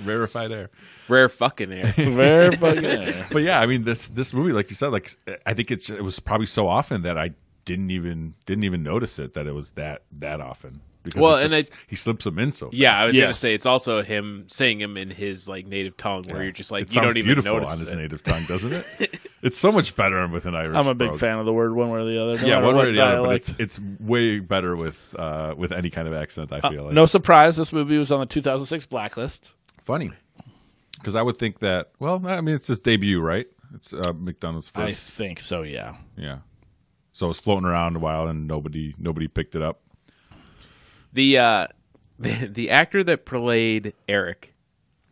Speaker 2: rarefied air.
Speaker 3: Rare fucking air.
Speaker 1: Very fucking.
Speaker 2: But yeah, I mean this this movie, like you said, like I think it's it was probably so often that I didn't even didn't even notice it that it was that that often. Because
Speaker 3: Well,
Speaker 2: it
Speaker 3: and
Speaker 2: just- he slips them in so
Speaker 3: Yeah, I was gonna
Speaker 1: Yes.
Speaker 3: say it's also him saying him in his like native tongue, where you're just like
Speaker 2: it
Speaker 3: you
Speaker 2: sounds
Speaker 3: don't even
Speaker 2: beautiful
Speaker 3: notice
Speaker 2: on his
Speaker 3: it.
Speaker 2: native tongue, doesn't it? it's so much better with an Irish.
Speaker 1: I'm a big
Speaker 2: brogue.
Speaker 1: fan of the word one way or the other. No
Speaker 2: Yeah,
Speaker 1: matter
Speaker 2: one
Speaker 1: what
Speaker 2: way or the other, but
Speaker 1: dialect.
Speaker 2: it's it's way better with uh, with any kind of accent.
Speaker 3: Uh,
Speaker 2: I feel like
Speaker 1: Uh, no surprise, this movie was on the 2006 blacklist.
Speaker 2: funny because I would think that. Well, I mean, it's his debut, right? It's uh, McDonald's
Speaker 1: I
Speaker 2: first.
Speaker 1: think so. Yeah,
Speaker 2: Yeah. So it's floating around a while, and nobody nobody picked it up.
Speaker 3: The uh, the, the actor that played Eric,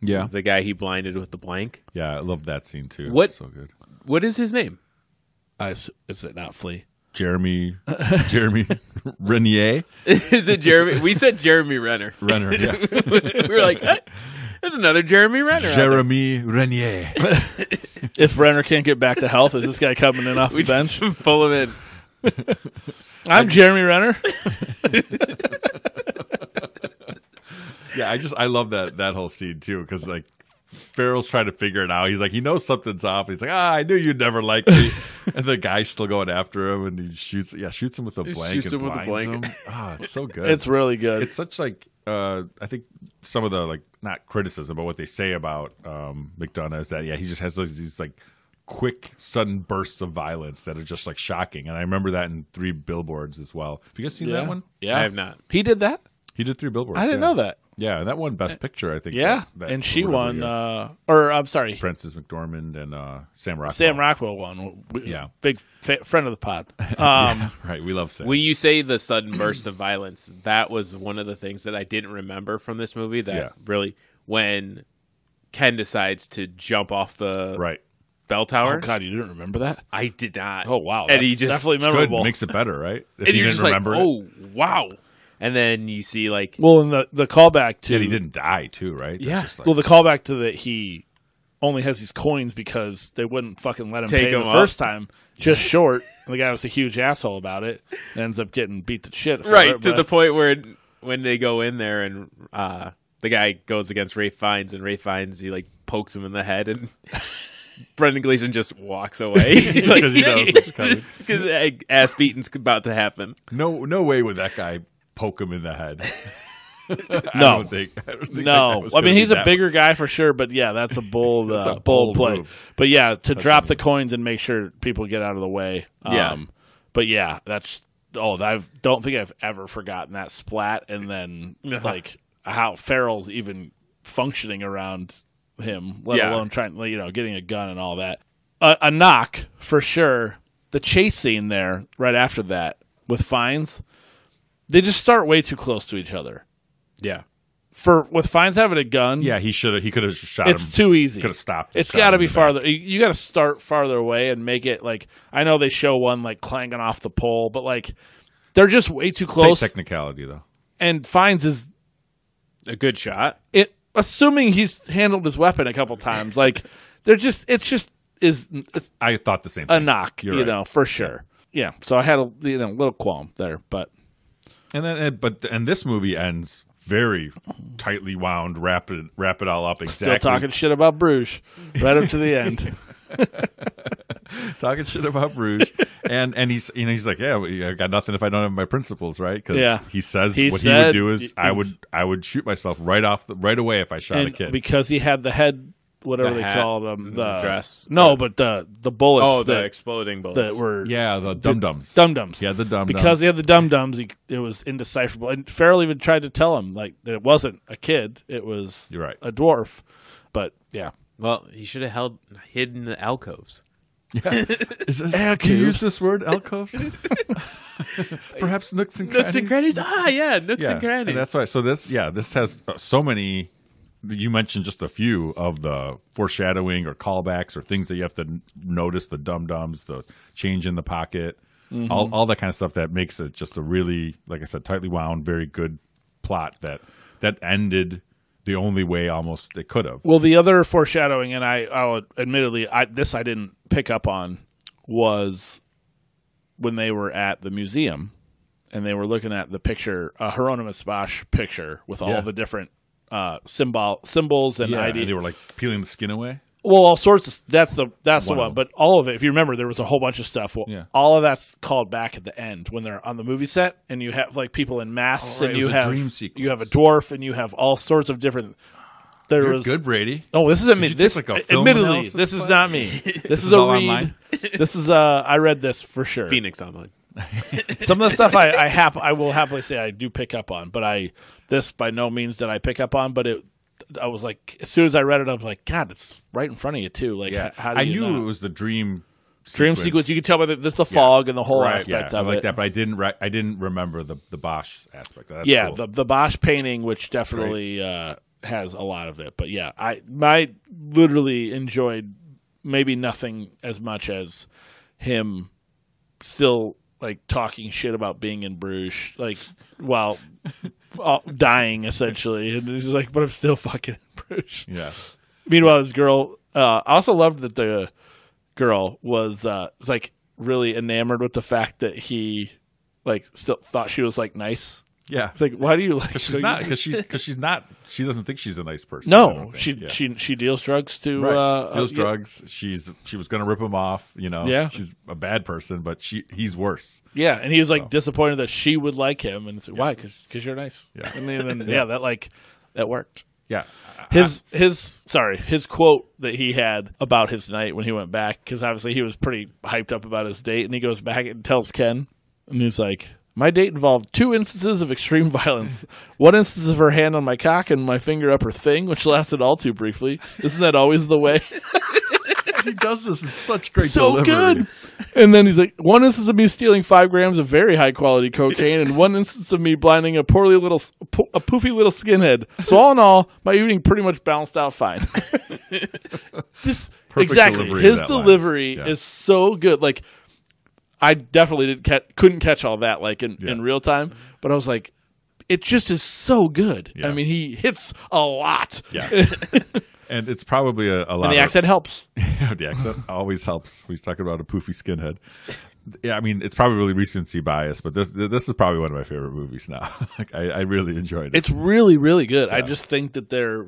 Speaker 2: Yeah,
Speaker 3: the guy he blinded with the blank,
Speaker 2: yeah. I love that scene too.
Speaker 3: What-
Speaker 2: It's so good?
Speaker 3: what is his name?
Speaker 1: I s is it not Flea?
Speaker 2: Jeremy, Jeremy Renier
Speaker 3: is it Jeremy? We said Jeremy Renner.
Speaker 2: Renner. Yeah,
Speaker 3: we were like, "Eh, there's another Jeremy Renner. out there."
Speaker 2: Jeremy Renier.
Speaker 1: If Renner can't get back to health, is this guy coming in off the
Speaker 3: We
Speaker 1: bench?
Speaker 3: just pull him in.
Speaker 1: I'm Jeremy Renner.
Speaker 2: yeah, I just I love that that whole scene too because like. Farrell's trying to figure it out. He's like, he knows something's off. He's like, ah, I knew you'd never like me. and the guy's still going after him, and he shoots, yeah, shoots him with a blank.
Speaker 3: shoots
Speaker 2: and
Speaker 3: him with a
Speaker 2: blinds
Speaker 3: blank.
Speaker 2: him. Ah, it's so good.
Speaker 1: It's really good.
Speaker 2: it's such like uh i think some of the like not criticism but what they say about um mcdonough is that yeah he just has those, these like quick sudden bursts of violence that are just like shocking and i remember that in three billboards as well have you guys seen
Speaker 1: yeah.
Speaker 2: that one
Speaker 1: Yeah,
Speaker 3: I have not.
Speaker 1: He did that.
Speaker 2: he did three billboards
Speaker 1: I didn't
Speaker 2: yeah.
Speaker 1: know that.
Speaker 2: yeah and that won best picture i think
Speaker 1: Eh, Yeah,
Speaker 2: that- that-
Speaker 1: and she
Speaker 2: whatever
Speaker 1: won.
Speaker 2: year.
Speaker 1: Uh, or I'm sorry,
Speaker 2: francis mcdormand and uh sam rockwell
Speaker 1: Sam Rockwell won. We-
Speaker 2: Yeah.
Speaker 1: big fa- friend of the pod. Um,
Speaker 2: right we love sam
Speaker 3: When you say the sudden burst of violence, that was one of the things that I didn't remember from this movie. That
Speaker 2: Yeah.
Speaker 3: really, when Ken decides to jump off the
Speaker 2: Right.
Speaker 3: bell
Speaker 1: Oh
Speaker 3: tower.
Speaker 1: God, you didn't remember that?
Speaker 3: I did not.
Speaker 1: Oh wow,
Speaker 3: And he
Speaker 1: that's
Speaker 3: just-
Speaker 1: definitely
Speaker 3: it's
Speaker 2: It's good.
Speaker 1: memorable.
Speaker 2: It makes it better, right? If
Speaker 3: and
Speaker 2: you
Speaker 3: you're
Speaker 2: didn't
Speaker 3: just like,
Speaker 2: remember it.
Speaker 3: oh wow. And then you see like
Speaker 1: well, and the the callback to
Speaker 2: Yeah, he didn't die too, right? That's
Speaker 3: Yeah.
Speaker 2: just like-
Speaker 1: Well, the callback to that he only has these coins because they wouldn't fucking let him
Speaker 3: Take
Speaker 1: pay
Speaker 3: him
Speaker 1: the
Speaker 3: up.
Speaker 1: first time. Just short. And the guy was a huge asshole about it. And ends up getting beat to shit. for
Speaker 3: right
Speaker 1: it,
Speaker 3: to
Speaker 1: but-
Speaker 3: the point where when they go in there and uh, the guy goes against Ray Fiennes and Ray Fiennes he like pokes him in the head and Brendan Gleeson just walks away. He's like,
Speaker 2: 'Cause he knows it's coming.
Speaker 3: "This good ass beating's about to happen.
Speaker 2: no, no way would that guy poke him in the head. I
Speaker 1: No.
Speaker 2: don't think, I don't think that
Speaker 1: No,
Speaker 2: was
Speaker 1: I mean
Speaker 2: gonna
Speaker 1: he's
Speaker 2: be
Speaker 1: a
Speaker 2: that
Speaker 1: bigger guy for sure, but yeah, that's a bold,
Speaker 2: That's
Speaker 1: uh,
Speaker 2: a
Speaker 1: bold
Speaker 2: bold
Speaker 1: play.
Speaker 2: move.
Speaker 1: But yeah, to drop the coins and make sure people get out of the way. Um,
Speaker 3: Yeah.
Speaker 1: but yeah, that's oh, I don't think I've ever forgotten that splat, and then
Speaker 3: Uh-huh.
Speaker 1: like how Farrell's even functioning around him, let
Speaker 3: Yeah.
Speaker 1: alone trying, you know, getting a gun and all that. A, a knock for sure. The chase scene there, right after that, with Fines, they just start way too close to each other
Speaker 3: Yeah,
Speaker 1: for with Fines having a gun,
Speaker 2: Yeah, he should have. He could have shot
Speaker 1: it's
Speaker 2: him.
Speaker 1: too easy.
Speaker 2: Could have stopped. and
Speaker 1: It's
Speaker 2: shot
Speaker 1: got to
Speaker 2: him
Speaker 1: be
Speaker 2: in the back.
Speaker 1: farther. You, got to start farther away and make it like I know they show one like clanging off the pole, but like they're just way too
Speaker 2: Take
Speaker 1: close.
Speaker 2: technicality though.
Speaker 1: and Fines is
Speaker 3: a good shot.
Speaker 1: it, assuming he's handled his weapon a couple times. Like they're just it's just is
Speaker 2: I thought the same.
Speaker 1: a
Speaker 2: thing.
Speaker 1: knock,
Speaker 2: You're
Speaker 1: you
Speaker 2: right.
Speaker 1: know for sure. Yeah, so I had a you know little qualm there, but
Speaker 2: And then, and- but and this movie ends very tightly wound, wrap it, wrap it all up exactly.
Speaker 1: still talking shit about Bruges right up to the end.
Speaker 2: talking shit about Bruges, and and he's you know he's like, yeah, well, yeah, I got nothing if I don't have my principles, right? Because
Speaker 1: Yeah.
Speaker 2: he says
Speaker 1: He
Speaker 2: what
Speaker 1: said-
Speaker 2: he would do is I would I would shoot myself right off the, right away if I shot a
Speaker 1: and
Speaker 2: kid.
Speaker 1: because he had the head, whatever
Speaker 3: The
Speaker 1: they
Speaker 3: hat,
Speaker 1: call them,
Speaker 3: the
Speaker 1: the,
Speaker 3: dress.
Speaker 1: No, but the the bullets
Speaker 3: oh, the,
Speaker 1: that,
Speaker 3: exploding bullets.
Speaker 1: that were
Speaker 2: yeah, the dum dums.
Speaker 1: dum dums.
Speaker 2: Yeah, the dum dums.
Speaker 1: because he had the dum dums, he- it was indecipherable. And Farrell even tried to tell him like that it wasn't a kid; it was
Speaker 2: You're right.
Speaker 1: a dwarf. But yeah,
Speaker 3: well, he should have held hidden the alcoves.
Speaker 2: Is this- can you use this word alcoves? Perhaps nooks and
Speaker 3: Nooks and crannies. Ah, yeah, nooks
Speaker 2: Yeah,
Speaker 3: and crannies.
Speaker 2: that's why. So this, yeah, this has uh, so many. You mentioned just a few of the foreshadowing or callbacks or things that you have to n- notice: the dum dums, the change in the pocket,
Speaker 1: Mm-hmm.
Speaker 2: all all that kind of stuff that makes it just a really, like I said, tightly wound, very good plot that that ended the only way almost it could have.
Speaker 1: well, the other foreshadowing, and I, I'll admittedly, I, this I didn't pick up on was when they were at the museum and they were looking at the picture, a Hieronymus Bosch picture with all
Speaker 2: Yeah.
Speaker 1: the different uh, symbol symbols and
Speaker 2: yeah,
Speaker 1: ID.
Speaker 2: and they were like peeling the skin away.
Speaker 1: Well, all sorts of that's the that's
Speaker 2: Wow.
Speaker 1: the one. But all of it, if you remember, there was a whole bunch of stuff. Well,
Speaker 2: Yeah.
Speaker 1: all of that's called back at the end when they're on the movie set, and you have like people in masks,
Speaker 2: Oh, right,
Speaker 1: and
Speaker 2: it
Speaker 1: you
Speaker 2: was a
Speaker 1: have
Speaker 2: dream
Speaker 1: you have a
Speaker 2: sequence.
Speaker 1: dwarf, and you have all sorts of different. There
Speaker 2: You're
Speaker 1: was
Speaker 2: good, Brady.
Speaker 1: Oh, this isn't me.
Speaker 2: you take,
Speaker 1: This
Speaker 2: like, a film
Speaker 1: admittedly,
Speaker 2: analysis
Speaker 1: this is
Speaker 2: class?
Speaker 1: not me. This, is,
Speaker 2: is
Speaker 1: a
Speaker 2: all
Speaker 1: read.
Speaker 2: online?
Speaker 1: This is uh, I read this for sure.
Speaker 3: Phoenix Online.
Speaker 1: Some of the stuff I I hap- I will happily say I do pick up on, but I this by no means did I pick up on, but it. I was like, as soon as I read it, I was like, God, it's right in front of you too. Like, h- how do
Speaker 2: I
Speaker 1: you
Speaker 2: knew
Speaker 1: not?
Speaker 2: it was the dream
Speaker 1: dream sequence. You can tell by the, this the fog and the whole
Speaker 2: Right,
Speaker 1: aspect
Speaker 2: yeah, I
Speaker 1: of
Speaker 2: like
Speaker 1: it.
Speaker 2: that, but I didn't. Re- I didn't remember the the Bosch aspect. That's
Speaker 1: yeah,
Speaker 2: cool.
Speaker 1: the the Bosch painting, which definitely uh, has a lot of it. But yeah, I my literally enjoyed maybe nothing as much as him still like talking shit about being in Bruges, like while uh, dying essentially, and he's like, but I'm still fucking in Bruges.
Speaker 2: yeah.
Speaker 1: Meanwhile, this girl. Uh, I also loved that the girl was uh, was, like really enamored with the fact that he like still thought she was like nice.
Speaker 2: Yeah,
Speaker 1: It's like, why do you like?
Speaker 2: she's not because she's because she's not. She doesn't think she's a nice person. I
Speaker 1: No,
Speaker 2: don't think.
Speaker 1: she
Speaker 2: Yeah.
Speaker 1: she she deals drugs to
Speaker 2: Right.
Speaker 1: uh, uh,
Speaker 2: deals
Speaker 1: yeah.
Speaker 2: drugs. She's she was gonna rip him off. You know.
Speaker 1: Yeah.
Speaker 2: she's a bad person, but she he's worse.
Speaker 1: Yeah, and he was like disappointed that she would like him, and it's like, why? Because you're nice.
Speaker 2: Yeah.
Speaker 1: and then, yeah, that like that worked.
Speaker 2: Yeah,
Speaker 1: His his sorry, his quote that he had about his night when he went back because obviously he was pretty hyped up about his date, and he goes back and tells Ken, and he's like, "My date involved two instances of extreme violence. One instance of her hand on my cock and my finger up her thing, which lasted all too briefly. Isn't that always the way?"
Speaker 2: he does this in such great
Speaker 1: so
Speaker 2: delivery.
Speaker 1: good. And then he's like, one instance of me stealing five grams of very high quality cocaine, and one instance of me blinding a poorly little, po- a poofy little skinhead. So all in all, my evening pretty much balanced out fine. Just
Speaker 2: Perfect
Speaker 1: exactly
Speaker 2: delivery of
Speaker 1: his
Speaker 2: that line.
Speaker 1: delivery
Speaker 2: Yeah.
Speaker 1: is so good. Like I definitely didn't ca- couldn't catch all that like in, in
Speaker 2: Yeah.
Speaker 1: real time, but I was like. It just is so good. I
Speaker 2: Yeah.
Speaker 1: mean, he hits a lot.
Speaker 2: Yeah. and it's probably a, a lot
Speaker 1: and the
Speaker 2: of-
Speaker 1: accent helps.
Speaker 2: Yeah, the accent always helps. He's talking about a poofy skinhead. Yeah, I mean, it's probably recency bias, but this this is probably one of my favorite movies now. like, I, I really enjoyed it.
Speaker 1: It's really, really good. I just think that they're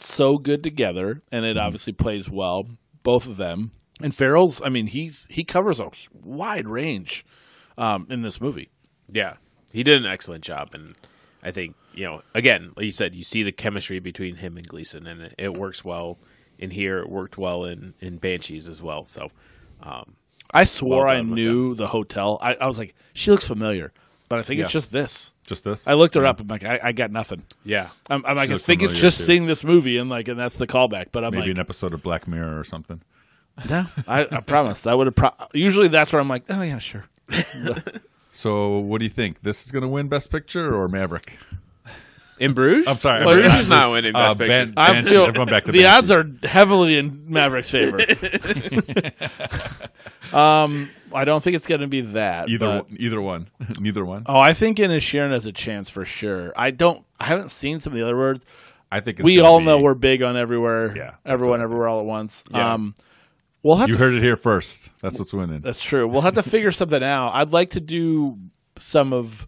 Speaker 1: so good together, and it
Speaker 3: Mm-hmm.
Speaker 1: obviously plays well, both of them. And Farrell's, I mean, he's he covers a wide range um, in this movie.
Speaker 3: Yeah, he did an excellent job, and I think you know, again, like you said, you see the chemistry between him and Gleason, and it, it works well in here. It worked well in in Banshees as well. So, um,
Speaker 1: I swore
Speaker 3: Well
Speaker 1: I
Speaker 3: done with
Speaker 1: knew the hotel. I, I was like, she looks familiar, but I think it's
Speaker 2: Yeah.
Speaker 1: just this.
Speaker 2: Just this.
Speaker 1: I looked her up. I'm like, I, I got nothing.
Speaker 3: yeah,
Speaker 1: I'm, I'm like, I
Speaker 2: looked
Speaker 1: think it's
Speaker 2: familiar,
Speaker 1: just
Speaker 2: too.
Speaker 1: seeing this movie, and like, and that's the callback. But I'm
Speaker 2: Maybe
Speaker 1: like,
Speaker 2: an episode of Black Mirror or something.
Speaker 1: no, I, I promise. I would have. Pro- Usually, that's where I'm like, oh yeah, sure.
Speaker 2: So, what do you think? This is going to win Best Picture or Maverick?
Speaker 3: in Bruges.
Speaker 2: I'm sorry,
Speaker 3: Bruges
Speaker 2: Bruges.
Speaker 3: is not winning
Speaker 2: Uh,
Speaker 3: Best
Speaker 2: Ben-
Speaker 3: Picture.
Speaker 1: I
Speaker 2: Banshees.
Speaker 1: feel
Speaker 2: Everyone back to
Speaker 1: the odds are
Speaker 2: Banshees.
Speaker 1: heavily in Maverick's favor. um, I don't think it's going to be that.
Speaker 2: Either
Speaker 1: but-
Speaker 2: one, either one, neither one.
Speaker 1: oh, I think Inishirin has a chance for sure. I don't. I haven't seen some of the other words.
Speaker 2: I think it's
Speaker 1: we
Speaker 2: gonna
Speaker 1: all
Speaker 2: be-
Speaker 1: know we're big on everywhere.
Speaker 2: Yeah, that's
Speaker 1: everyone,
Speaker 2: what I
Speaker 1: everywhere, all at once.
Speaker 3: Yeah.
Speaker 1: Um, we'll have
Speaker 2: You
Speaker 1: to.
Speaker 2: heard it here first. That's what's winning.
Speaker 1: that's true. We'll have to figure something out. I'd like to do some of,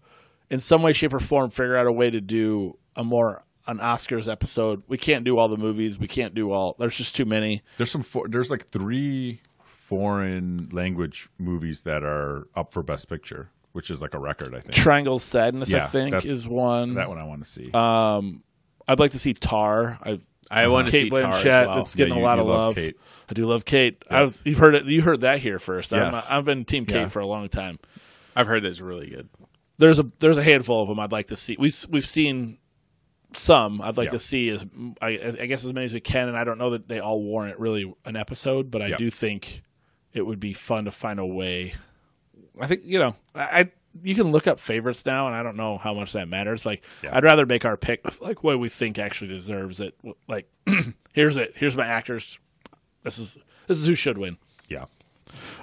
Speaker 1: in some way, shape, or form, figure out a way to do a more an Oscars episode. We can't do all the movies. We can't do all. There's just too many.
Speaker 2: There's some. For, there's like three foreign language movies that are up for Best Picture, which is like a record, I think.
Speaker 1: Triangle Sadness, I
Speaker 2: Yeah,
Speaker 1: think,
Speaker 2: that's-
Speaker 1: is one.
Speaker 2: That one I want to see.
Speaker 1: Um, I'd like to see Tar. I,
Speaker 3: I want to
Speaker 1: Kate
Speaker 3: see Tar as
Speaker 1: Blanchett
Speaker 3: well.
Speaker 1: is getting
Speaker 2: Yeah,
Speaker 1: a
Speaker 2: you-
Speaker 1: lot
Speaker 2: you
Speaker 1: of
Speaker 2: love
Speaker 1: love.
Speaker 2: Kate.
Speaker 1: I do love Kate. I was you've heard it. You heard that here first. I'm,
Speaker 2: Yes.
Speaker 1: I've been Team Kate
Speaker 2: Yeah.
Speaker 1: for a long time.
Speaker 3: I've heard that's really good.
Speaker 1: There's a there's a handful of them I'd like to see. We've we've seen some. I'd like
Speaker 2: Yeah.
Speaker 1: to see as I, I guess as many as we can. And I don't know that they all warrant really an episode, but I
Speaker 2: Yeah.
Speaker 1: do think it would be fun to find a way. I think you know I. I you can look up favorites now, and I don't know how much that matters. Like,
Speaker 2: Yeah.
Speaker 1: I'd rather make our pick like what we think actually deserves it. Like, here's it. Here's my actors. This is this is who should win.
Speaker 2: yeah.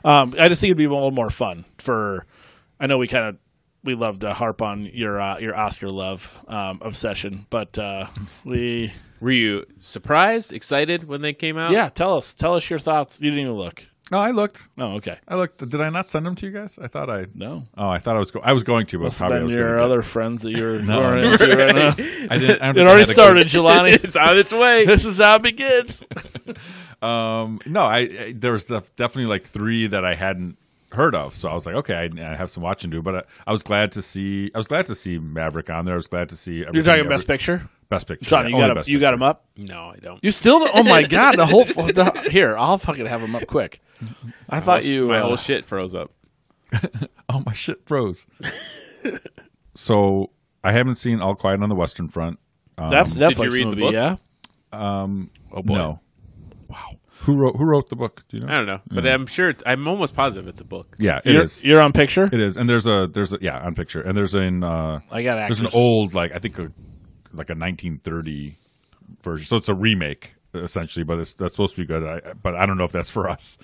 Speaker 1: Um, I just think it'd be a little more fun for. I know we kind of we love to harp on your uh, your Oscar love um, obsession, but uh, we
Speaker 3: Were you surprised, excited when they came out?
Speaker 1: yeah. Tell us, tell us your thoughts. You didn't even look.
Speaker 2: No, I looked.
Speaker 1: No, okay,
Speaker 2: I looked. Did I not send them to you guys? I thought I.
Speaker 1: no.
Speaker 2: Oh, I thought I was. Go- I was going to, but
Speaker 1: Must have
Speaker 2: probably I
Speaker 1: been
Speaker 2: was
Speaker 1: your
Speaker 2: gonna
Speaker 1: other friends that you're
Speaker 2: No.
Speaker 1: running into right now.
Speaker 2: Get- I didn't. I don't
Speaker 1: It
Speaker 2: think I
Speaker 1: already
Speaker 2: had a good-
Speaker 1: started, Jelani.
Speaker 3: it's on its way.
Speaker 1: this is how it begins.
Speaker 2: Um, no, I, I there was def- definitely like three that I hadn't heard of, so I was like, okay, I, I have some watching to do. But I, I was glad to see. I was glad to see Maverick on there. I was glad to see.
Speaker 1: You're
Speaker 2: everything-
Speaker 1: talking
Speaker 2: every-
Speaker 1: Best Picture,
Speaker 2: Best picture.
Speaker 1: John.
Speaker 2: yeah,
Speaker 1: You
Speaker 2: only
Speaker 1: got him.
Speaker 2: Best
Speaker 1: You got him up.
Speaker 3: No, I don't.
Speaker 1: You still? don't- Oh my God! The whole the, here. I'll fucking have him up quick. I thought you.
Speaker 3: My
Speaker 1: uh,
Speaker 3: whole shit froze up.
Speaker 2: Oh, my shit froze. so I haven't seen All Quiet on the Western Front. Um,
Speaker 1: uh, that's
Speaker 3: you
Speaker 1: Netflix
Speaker 3: read the
Speaker 1: movie,
Speaker 3: book?
Speaker 1: yeah.
Speaker 2: oh boy. No. Wow. Who wrote Who wrote the book? Do you know?
Speaker 3: I don't know, but
Speaker 1: Hmm.
Speaker 3: I'm sure. It's, I'm almost positive it's a book.
Speaker 2: Yeah, it
Speaker 1: You're,
Speaker 2: is.
Speaker 1: you're on picture.
Speaker 2: It is. And there's a there's a yeah on picture. And there's an uh,
Speaker 1: I got actors.
Speaker 2: there's an old like I think a, like a 1930 version. So it's a remake essentially, but it's that's supposed to be good. I, but I don't know if that's for us.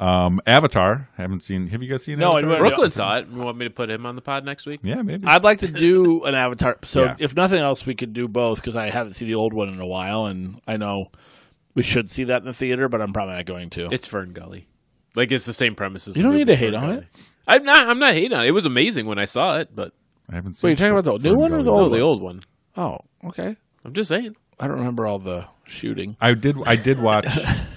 Speaker 2: Um, Avatar. Haven't seen. Have you guys seen?
Speaker 1: No, I
Speaker 2: Avatar?
Speaker 1: wouldn't.
Speaker 3: Brooklyn saw it. You want me to put him on the pod next week?
Speaker 2: Yeah, maybe.
Speaker 1: I'd like to do an Avatar. So
Speaker 2: Yeah.
Speaker 1: if nothing else, we could do both because I haven't seen the old one in a while, and I know we should see that in the theater, but I'm probably not going to.
Speaker 3: It's Fern Gully. Like it's the same premise. as
Speaker 1: You
Speaker 3: the
Speaker 1: don't
Speaker 3: new
Speaker 1: need to
Speaker 3: Fern
Speaker 1: hate on
Speaker 3: Gully.
Speaker 1: it.
Speaker 3: I'm not. I'm not hating on it. It was amazing when I saw it, but
Speaker 2: I haven't seen.
Speaker 1: Wait, you're talking about the
Speaker 2: Fern
Speaker 1: new one or
Speaker 2: Gully
Speaker 1: the old
Speaker 2: yet.
Speaker 3: oh, the old one.
Speaker 1: oh, okay.
Speaker 3: I'm just saying.
Speaker 1: I don't remember all the shooting.
Speaker 2: I did. I did watch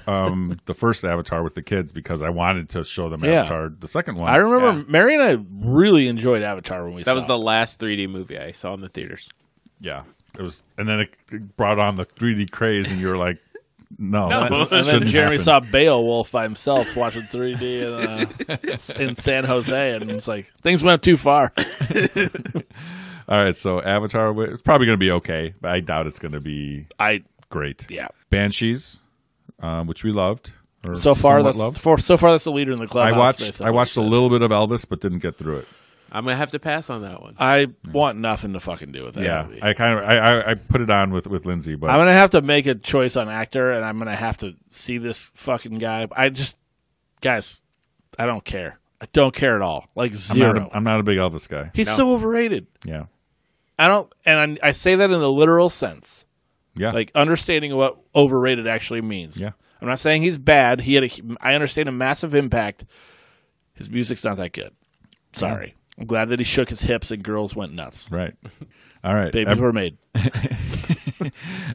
Speaker 2: um, the first Avatar with the kids because I wanted to show them
Speaker 1: Yeah.
Speaker 2: Avatar, the second one.
Speaker 1: I remember
Speaker 3: Yeah.
Speaker 1: Mary and I really enjoyed Avatar when we
Speaker 3: That
Speaker 1: saw
Speaker 3: was the last 3D movie I saw in the theaters.
Speaker 2: yeah, it was, and then it brought on the 3D craze, and you were like, "No,
Speaker 3: No.
Speaker 1: it.
Speaker 2: this
Speaker 1: And then
Speaker 2: shouldn't
Speaker 1: Jeremy
Speaker 2: happen.
Speaker 1: saw Beowulf by himself watching 3D in, uh, in San Jose, and it's like things went too far.
Speaker 2: All right, so Avatar, it's probably going to be okay, but I doubt it's going to be
Speaker 1: I
Speaker 2: great.
Speaker 1: yeah.
Speaker 2: Banshees, um, which we loved. or
Speaker 1: So far,
Speaker 2: somewhat
Speaker 1: that's
Speaker 2: loved.
Speaker 1: for, so far that's the leader in the club.
Speaker 2: I watched. I watched a little bit of Elvis, but didn't get through it.
Speaker 3: I'm gonna have to pass on that one.
Speaker 1: I want nothing to fucking do with that
Speaker 2: Yeah,
Speaker 1: movie.
Speaker 2: I kind of. I, I, I put it on with with Lindsay, but
Speaker 1: I'm gonna have to make a choice on actor, and I'm gonna have to see this fucking guy. I just, guys, I don't care. I don't care at all. Like
Speaker 2: I'm
Speaker 1: 0
Speaker 2: not, a, I'm not a big Elvis guy.
Speaker 1: He's so overrated.
Speaker 2: Yeah,
Speaker 1: I don't, and I, I say that in the literal sense,
Speaker 2: yeah.
Speaker 1: like understanding what overrated actually means.
Speaker 2: Yeah.
Speaker 1: I'm not saying he's bad. He had a, I understand a massive impact. His music's not that good. Sorry. I'm glad that he shook his hips and girls went nuts.
Speaker 2: right. All right.
Speaker 1: Babies
Speaker 2: Ev-
Speaker 1: were made.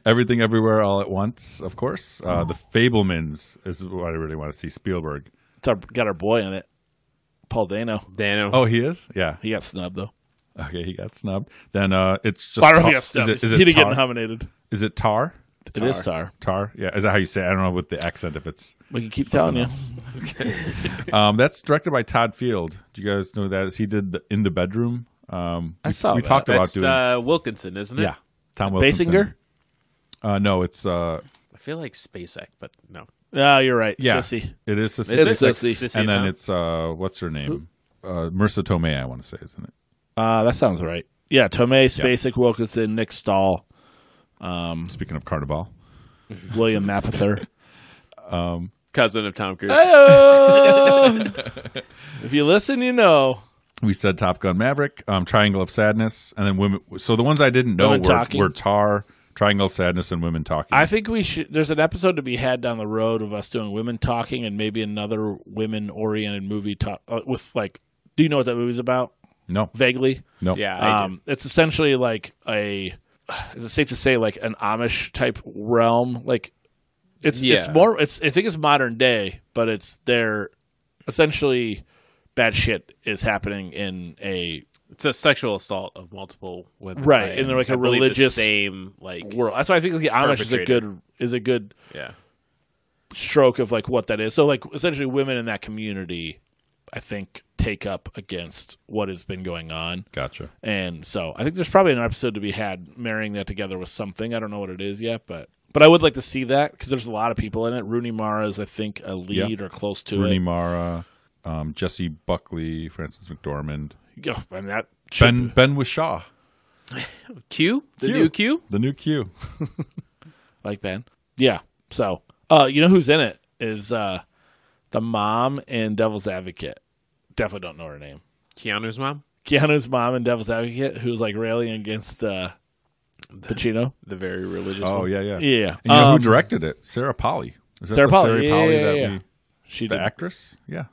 Speaker 2: Everything Everywhere All at Once, of course.
Speaker 1: Uh-huh.
Speaker 2: Uh, the Fablemans is what I really want to see. Spielberg.
Speaker 1: It's our, got our boy in it, Paul Dano.
Speaker 3: Dano.
Speaker 2: Oh, he is. Yeah.
Speaker 1: He got snubbed though.
Speaker 2: Okay, he got snubbed. Then uh, it's just.
Speaker 1: I don't know if
Speaker 2: Tar-
Speaker 1: he got snubbed.
Speaker 2: Is it, is
Speaker 1: he
Speaker 2: it
Speaker 1: didn't
Speaker 2: tar?
Speaker 1: get nominated.
Speaker 2: Is it tar?
Speaker 1: It is Tar.
Speaker 2: Tar. Yeah. Is that how you say? it? I don't know with the accent if it's.
Speaker 1: We can keep
Speaker 2: Something
Speaker 1: telling you.
Speaker 2: else. Um, that's directed by Todd Field. Do you guys know that? He did the, in the bedroom. Um,
Speaker 1: I
Speaker 2: we,
Speaker 1: saw
Speaker 2: We
Speaker 1: that.
Speaker 2: talked about
Speaker 3: That's
Speaker 2: doing.
Speaker 3: uh, Wilkinson, isn't it?
Speaker 2: yeah. Tom Wilkinson.
Speaker 1: Basinger?
Speaker 2: Uh, no, it's uh,
Speaker 3: I feel like Space Act, but no.
Speaker 1: No, Ah, you're right.
Speaker 2: yeah,
Speaker 1: Sissy.
Speaker 2: it is. Sissy.
Speaker 1: It's
Speaker 2: Like,
Speaker 1: Sissy.
Speaker 3: Sissy
Speaker 2: and then
Speaker 3: Tom?
Speaker 2: it's uh, what's her name? Uh, Marissa Tomei, I want to say, isn't it?
Speaker 1: Uh, that sounds right. Yeah, Tomei, Spacek, Wilkinson, Nick Stahl,
Speaker 2: Speaking of Carnival,
Speaker 1: William Mapother.
Speaker 3: cousin of Tom Cruise.
Speaker 1: if you listen, you know.
Speaker 2: we said Top Gun Maverick, um, Triangle of Sadness, and then women. So the ones I didn't know
Speaker 1: Women
Speaker 2: were,
Speaker 1: Talking.
Speaker 2: were Tar, Triangle of Sadness, and Women Talking.
Speaker 1: I think we should. There's an episode to be had down the road of us doing women talking and maybe another women oriented movie talk uh, with like. Do you know what that movie's about?
Speaker 2: no,
Speaker 1: Vaguely.
Speaker 2: no,
Speaker 3: Yeah, I do.
Speaker 1: Um, it's essentially like a. Is it safe to say like an Amish type realm? Like, it's it's
Speaker 3: Yeah.
Speaker 1: more. It's I think it's modern day, but it's they're essentially bad shit is happening in a
Speaker 3: it's a sexual assault of multiple women,
Speaker 1: Right, and they're like
Speaker 3: I
Speaker 1: a
Speaker 3: believe the
Speaker 1: religious-
Speaker 3: same, like
Speaker 1: world. That's why I think the Amish is a good is a good
Speaker 3: yeah,
Speaker 1: stroke of like what that is. So like essentially women in that community I think take up against what has been going on.
Speaker 2: gotcha.
Speaker 1: And so I think there's probably an episode to be had marrying that together with something. I don't know what it is yet, but but I would like to see that because there's a lot of people in it. Rooney Mara is, I think, a lead or close to
Speaker 2: Rooney
Speaker 1: it.
Speaker 2: Mara, um, Jesse Buckley, Francis McDormand,
Speaker 1: Yeah, and that should-
Speaker 2: Ben Ben Wishaw,
Speaker 3: Q, the
Speaker 2: Q.
Speaker 3: new Q.
Speaker 2: the new Q.
Speaker 1: like Ben. Yeah. So, uh, you know who's in it is uh, the mom in Devil's Advocate. Definitely don't know her name.
Speaker 3: Keanu's mom,
Speaker 1: Keanu's mom in Devil's Advocate, who's like railing against uh, Pacino.
Speaker 3: the very religious.
Speaker 2: Oh
Speaker 3: Oh,
Speaker 2: yeah, yeah.
Speaker 1: Yeah,
Speaker 2: And you know
Speaker 1: Um,
Speaker 2: who directed it? Sarah Polly. Is that
Speaker 1: Sarah
Speaker 2: the
Speaker 1: Polly.
Speaker 2: Sarah
Speaker 1: Yeah,
Speaker 2: Polly
Speaker 1: yeah,
Speaker 2: that
Speaker 1: yeah.
Speaker 2: we-
Speaker 1: she
Speaker 2: the
Speaker 1: did.
Speaker 2: actress? Yeah,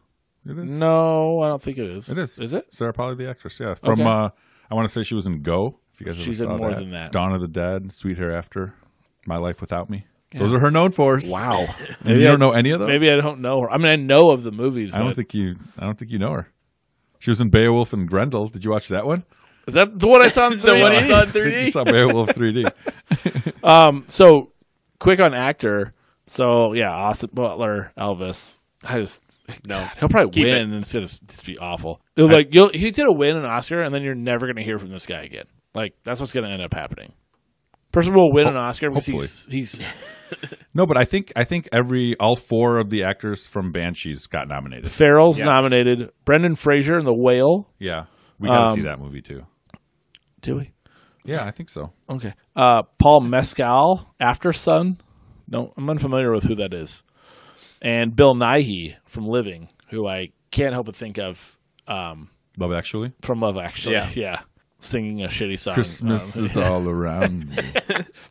Speaker 2: it is.
Speaker 1: No, I don't think it is.
Speaker 2: It is.
Speaker 1: Is it?
Speaker 2: Sarah Polly, the actress? Yeah. From
Speaker 1: Okay.
Speaker 2: uh, I want to say she was in Go. If you guys ever
Speaker 1: She's in
Speaker 2: saw
Speaker 1: more than that.
Speaker 2: Dawn of the Dead, Sweet Hereafter, My Life Without Me. Those are her known for.
Speaker 1: Oh, Wow.
Speaker 2: And
Speaker 1: Maybe
Speaker 2: you
Speaker 1: I-
Speaker 2: don't know any of those.
Speaker 1: Maybe I don't know her. I mean, I know of the movies.
Speaker 2: I don't
Speaker 1: but-
Speaker 2: think you. I don't think you know her. She was in Beowulf and Grendel. Did you watch that one?
Speaker 1: is that the one I saw. In
Speaker 3: the one
Speaker 1: I
Speaker 3: he saw in
Speaker 2: I think you
Speaker 3: 3D.
Speaker 2: saw Beowulf 3D.
Speaker 1: Um, so quick on actor. So yeah, Austin Butler, Elvis. I just no. he'll probably
Speaker 3: Keep
Speaker 1: win, and it's gonna s- be awful. It'll, like you'll, he's gonna win an Oscar, and then you're never gonna hear from this guy again. Like that's what's gonna end up happening. Person will win an Oscar because he's, he's
Speaker 2: No, but I think I think every all four of the actors from Banshees got nominated.
Speaker 1: Farrell's
Speaker 3: Yes.
Speaker 1: nominated. Brendan Fraser in The Whale.
Speaker 2: Yeah, we got to
Speaker 1: Um,
Speaker 2: see that movie too.
Speaker 1: Do we?
Speaker 2: Yeah, I think so.
Speaker 1: Okay. Uh, Paul Mescal, After Sun. No, I'm unfamiliar with who that is. And Bill Nighy from Living, who I can't help but think of um,
Speaker 2: Love Actually.
Speaker 1: from Love Actually.
Speaker 3: Yeah.
Speaker 1: Singing a shitty song.
Speaker 2: Christmas
Speaker 1: Um,
Speaker 2: is all around. me.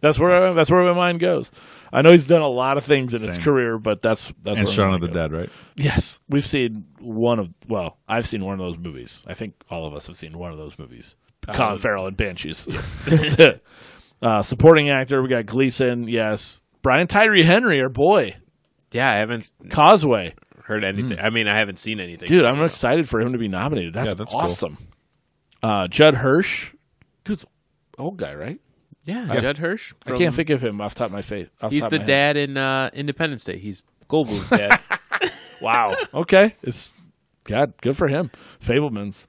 Speaker 1: that's where that's where my mind goes. I know he's done a lot of things in his
Speaker 2: Same.
Speaker 1: career, but that's that's
Speaker 2: and
Speaker 1: where
Speaker 2: Shaun
Speaker 1: my
Speaker 2: of the
Speaker 1: mind goes.
Speaker 2: Dead, right?
Speaker 1: Yes, we've seen one of well, I've seen one of those movies. I think all of us have seen one of those movies. Colin Farrell and Banshees. uh, supporting actor, we got Gleason. Yes, Brian Tyree Henry, our boy,
Speaker 3: yeah. I haven't
Speaker 1: Causeway.
Speaker 3: heard anything. I mean, I haven't seen anything,
Speaker 1: Hmm. Dude, I'm excited for him to be nominated. That's,
Speaker 2: Yeah, that's cool.
Speaker 1: awesome. Uh, Judd Hirsch, dude's old guy, right?
Speaker 3: Yeah, Judd Hirsch.
Speaker 1: I
Speaker 3: from-
Speaker 1: can't think of him off top of my face. off
Speaker 3: He's
Speaker 1: top
Speaker 3: the
Speaker 1: of my head.
Speaker 3: dad in uh, Independence Day. He's Goldblum's dad.
Speaker 1: Wow. okay. It's God. Good for him. Fablemans.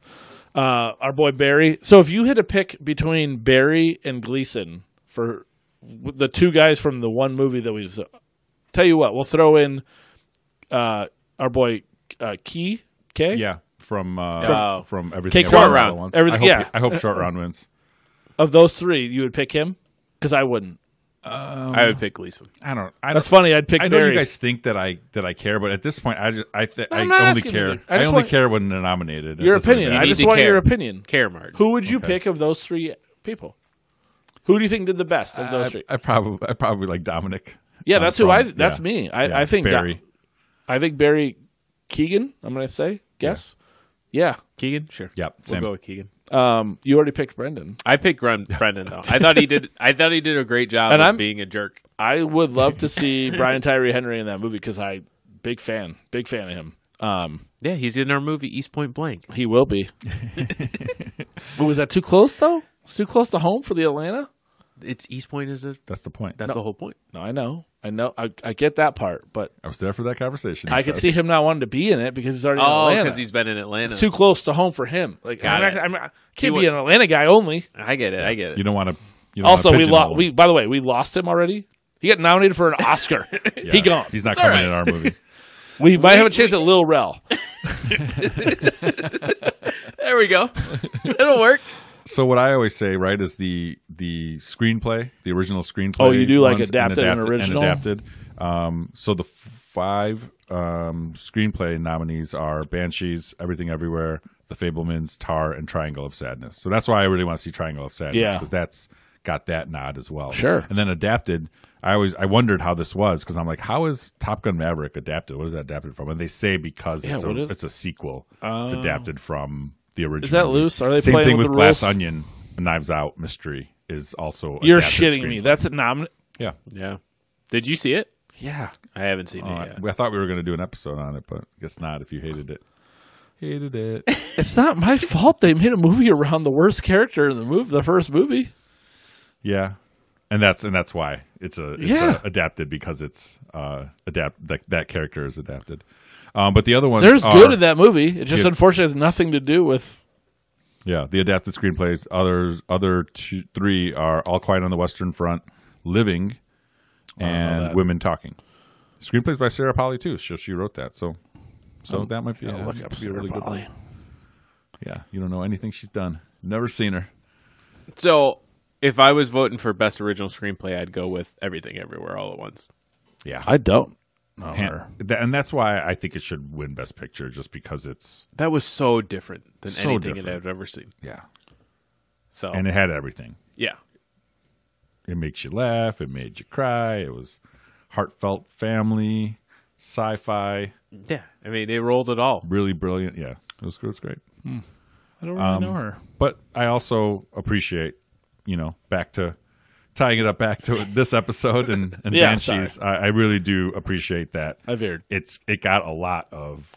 Speaker 1: Uh, our boy Barry. So if you had to pick between Barry and Gleason for w- the two guys from the one movie that we, s- tell you what, we'll throw in uh, our boy uh, Key K.
Speaker 2: Yeah, from uh,
Speaker 3: From-
Speaker 2: from everything.
Speaker 1: Cake
Speaker 2: Everywhere
Speaker 1: Short
Speaker 2: All at
Speaker 3: Round.
Speaker 2: Once.
Speaker 1: Everything-
Speaker 2: I hope,
Speaker 1: yeah.
Speaker 2: I hope short round wins.
Speaker 1: Of those three, you would pick him because I wouldn't. Oh,
Speaker 3: I would pick Gleason.
Speaker 2: I don't. I
Speaker 1: That's
Speaker 2: don't,
Speaker 1: funny. I'd pick
Speaker 2: I know
Speaker 1: Barry.
Speaker 2: you guys think that I that I care, but at this point, I just, I th- I
Speaker 1: I'm not
Speaker 2: only
Speaker 1: asking
Speaker 2: care.
Speaker 1: you. I
Speaker 2: I,
Speaker 1: just
Speaker 2: only
Speaker 1: want-
Speaker 2: care when they're nominated. It
Speaker 1: your
Speaker 2: doesn't
Speaker 1: opinion.
Speaker 2: matter.
Speaker 1: I
Speaker 3: need
Speaker 1: just
Speaker 3: to
Speaker 1: want
Speaker 3: care.
Speaker 1: your opinion.
Speaker 3: Care Martin.
Speaker 1: Who would you pick of those three people? Who do you think did the best of those three?
Speaker 2: I, I probably I probably like Dominic.
Speaker 1: yeah,
Speaker 2: uh,
Speaker 1: that's
Speaker 2: from-
Speaker 1: who I. That's
Speaker 2: yeah.
Speaker 1: me. I,
Speaker 2: Yeah,
Speaker 1: I think
Speaker 2: Barry.
Speaker 1: I think Barry Keegan. I'm going to say guess. Yeah.
Speaker 3: Keegan? Sure.
Speaker 2: Yep,
Speaker 3: We'll
Speaker 2: same.
Speaker 3: go with Keegan.
Speaker 1: Um, you already picked Brendan.
Speaker 3: I picked Gren- Brendan though. I thought he did. I thought he did a great job
Speaker 1: And
Speaker 3: of
Speaker 1: I'm-
Speaker 3: being a jerk.
Speaker 1: I would love to see Brian Tyree Henry in that movie because I big fan, big fan of him. Um,
Speaker 3: Yeah, he's in our movie East Point Blank.
Speaker 1: he will be. but was that too close though? It's too close to home for the Atlanta.
Speaker 3: It's East Point is a.
Speaker 2: That's the point.
Speaker 3: That's the whole point.
Speaker 1: No, I know, I know, I, I get that part, but
Speaker 2: I was there for that conversation.
Speaker 1: I
Speaker 2: He
Speaker 1: could
Speaker 2: said.
Speaker 1: see him not wanting to be in it because he's already
Speaker 3: Oh,
Speaker 1: in
Speaker 3: because
Speaker 1: Atlanta.
Speaker 3: he's been in Atlanta.
Speaker 1: It's too close to home for him. Like I'm
Speaker 3: Got
Speaker 1: not,
Speaker 3: it.
Speaker 1: I'm not,
Speaker 3: He
Speaker 1: can't
Speaker 3: would-
Speaker 1: be an Atlanta guy only.
Speaker 3: I get it. I get it.
Speaker 2: You don't want to.
Speaker 1: also, we lost. We by the way, we lost him already. He got nominated for an Oscar. He gone.
Speaker 2: He's not
Speaker 3: all
Speaker 2: coming
Speaker 3: right.
Speaker 2: in our movie.
Speaker 1: we might have a chance at Lil Rel.
Speaker 3: there we go. It'll work.
Speaker 2: so what I always say, right, is the the screenplay, the original screenplay.
Speaker 1: Oh, you do like
Speaker 2: ones,
Speaker 1: adapted and original?
Speaker 2: adapted. Um, so the f- five um, screenplay nominees are Banshees, Everything Everywhere, The Fablemans, Tar, and Triangle of Sadness. So that's why I really want to see Triangle of Sadness
Speaker 1: Yeah.
Speaker 2: because that's got that nod as well.
Speaker 1: Sure.
Speaker 2: And then adapted. I always I wondered how this was because I'm like, how is Top Gun Maverick adapted? What is that adapted from? And they say because it's,
Speaker 1: what
Speaker 2: a,
Speaker 1: is- Oh.
Speaker 2: it's a sequel. It's adapted from the original.
Speaker 1: that loose? Are they
Speaker 2: Same
Speaker 1: playing
Speaker 2: thing
Speaker 1: with
Speaker 2: with,
Speaker 1: the
Speaker 2: Glass
Speaker 1: rules?
Speaker 2: Onion, Knives Out mystery is also.
Speaker 1: You're
Speaker 2: adapted
Speaker 1: shitting me.
Speaker 2: screenplay.
Speaker 1: That's a nomin.
Speaker 2: yeah.
Speaker 3: Yeah. Did you see it?
Speaker 1: Yeah.
Speaker 3: I haven't seen
Speaker 1: Oh,
Speaker 2: Uh,
Speaker 3: it yet.
Speaker 2: I thought we were going to do an episode on it, but I guess not. If you hated it, hated it.
Speaker 1: It's not my fault they made a movie around the worst character in the movie, the first movie.
Speaker 2: yeah, and that's and that's why it's a it's
Speaker 1: Yeah.
Speaker 2: a, adapted because it's uh adapt that that character is adapted. Um, but the other ones
Speaker 1: There's
Speaker 2: are,
Speaker 1: good in that movie. It just
Speaker 2: Yeah.
Speaker 1: unfortunately has nothing to do with.
Speaker 2: Yeah, the adapted screenplays. Others, other two, three are All Quiet on the Western Front, Living, and
Speaker 1: that.
Speaker 2: Women Talking. Screenplays by Sarah Polly too. She she wrote that, so so that might be, yeah,
Speaker 1: oh, look
Speaker 2: might
Speaker 1: up
Speaker 2: be
Speaker 1: Sarah Polley.
Speaker 2: Yeah, you don't know anything she's done. Never seen her.
Speaker 3: So, if I was voting for best original screenplay, I'd go with Everything Everywhere All at Once.
Speaker 2: Yeah,
Speaker 1: I don't. know
Speaker 2: and,
Speaker 1: her.
Speaker 2: tha- and that's why I think it should win Best Picture, just because it's
Speaker 3: That was so different than
Speaker 2: So
Speaker 3: anything that
Speaker 2: different.
Speaker 3: I've ever seen.
Speaker 2: yeah,
Speaker 3: So,
Speaker 2: and it had everything.
Speaker 3: yeah.
Speaker 2: It makes you laugh. It made you cry. It was heartfelt, family, sci-fi,
Speaker 3: Yeah. I mean, they rolled it all.
Speaker 2: really brilliant. Yeah, it was, it was great.
Speaker 1: I don't really know her.
Speaker 2: but I also appreciate, you know, back to tying it up back to this episode and, and
Speaker 1: Yeah,
Speaker 2: Banshees. I, I really do appreciate that.
Speaker 1: I veered.
Speaker 2: It's it got a lot of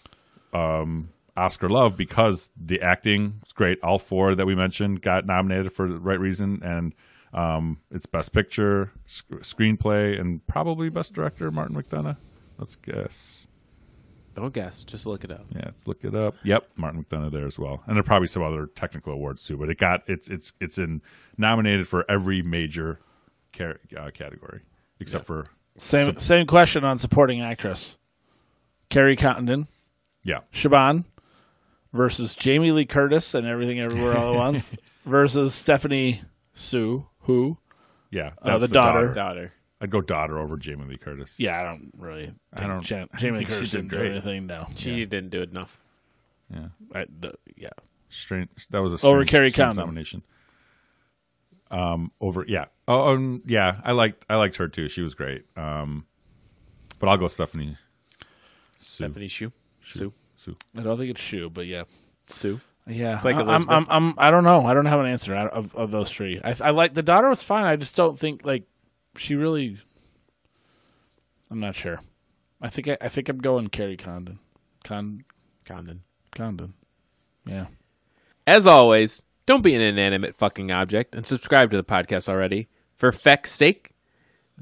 Speaker 2: um, Oscar love because the acting is great. All four that we mentioned got nominated for the right reason, and um, it's best picture, sc- screenplay, and probably best director Martin McDonough. Let's guess.
Speaker 3: Don't guess. Just look it up.
Speaker 2: Yeah, let's look it up. Yep, Martin McDonough there as well, and there are probably some other technical awards too. But it got it's it's it's in nominated for every major car- uh, category except for
Speaker 1: Same same question on supporting actress. Carrie Cottenden,
Speaker 2: yeah.
Speaker 1: Shaban, versus Jamie Lee Curtis and everything everywhere all at once versus Stephanie Sue, who
Speaker 2: Yeah,
Speaker 1: Uh, the daughter.
Speaker 3: Daughter.
Speaker 2: I'd go daughter over Jamie Lee Curtis.
Speaker 1: Yeah, I don't really. Think
Speaker 2: I don't-
Speaker 1: Jam-
Speaker 2: I
Speaker 1: Jamie Lee
Speaker 2: think she
Speaker 1: Curtis
Speaker 2: did
Speaker 1: didn't do
Speaker 2: great.
Speaker 1: anything. No,
Speaker 3: She didn't do enough.
Speaker 2: yeah.
Speaker 1: I, the, yeah.
Speaker 2: Strange. That was a strange,
Speaker 1: Over Kerry
Speaker 2: strange
Speaker 1: Condon.
Speaker 2: nomination. Um, over yeah. Oh, um, yeah. I liked I liked her too. She was great. Um, but I'll go Stephanie. Sue.
Speaker 3: Stephanie Shu. Sue.
Speaker 2: Sue.
Speaker 1: I don't think it's shoe, but yeah,
Speaker 3: Sue.
Speaker 1: yeah.
Speaker 3: like
Speaker 1: I- I'm, I'm,
Speaker 3: Elizabeth.
Speaker 1: I'm, I don't know. I don't have an answer out of, of those three. I, I like the daughter was fine. I just don't think like she really. I'm not sure. I think I, I think I'm going Carrie Condon, Con
Speaker 3: Condon.
Speaker 1: Condon. Yeah,
Speaker 3: As always, don't be an inanimate fucking object and subscribe to the podcast already. For feck's sake,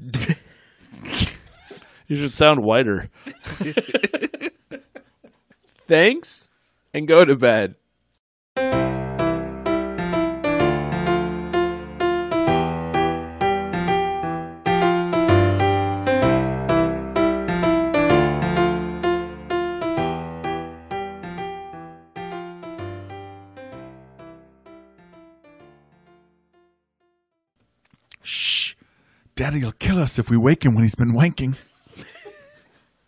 Speaker 1: you should sound whiter.
Speaker 3: thanks and go to bed.
Speaker 2: Shh. Daddy'll kill us if we wake him when he's been wanking.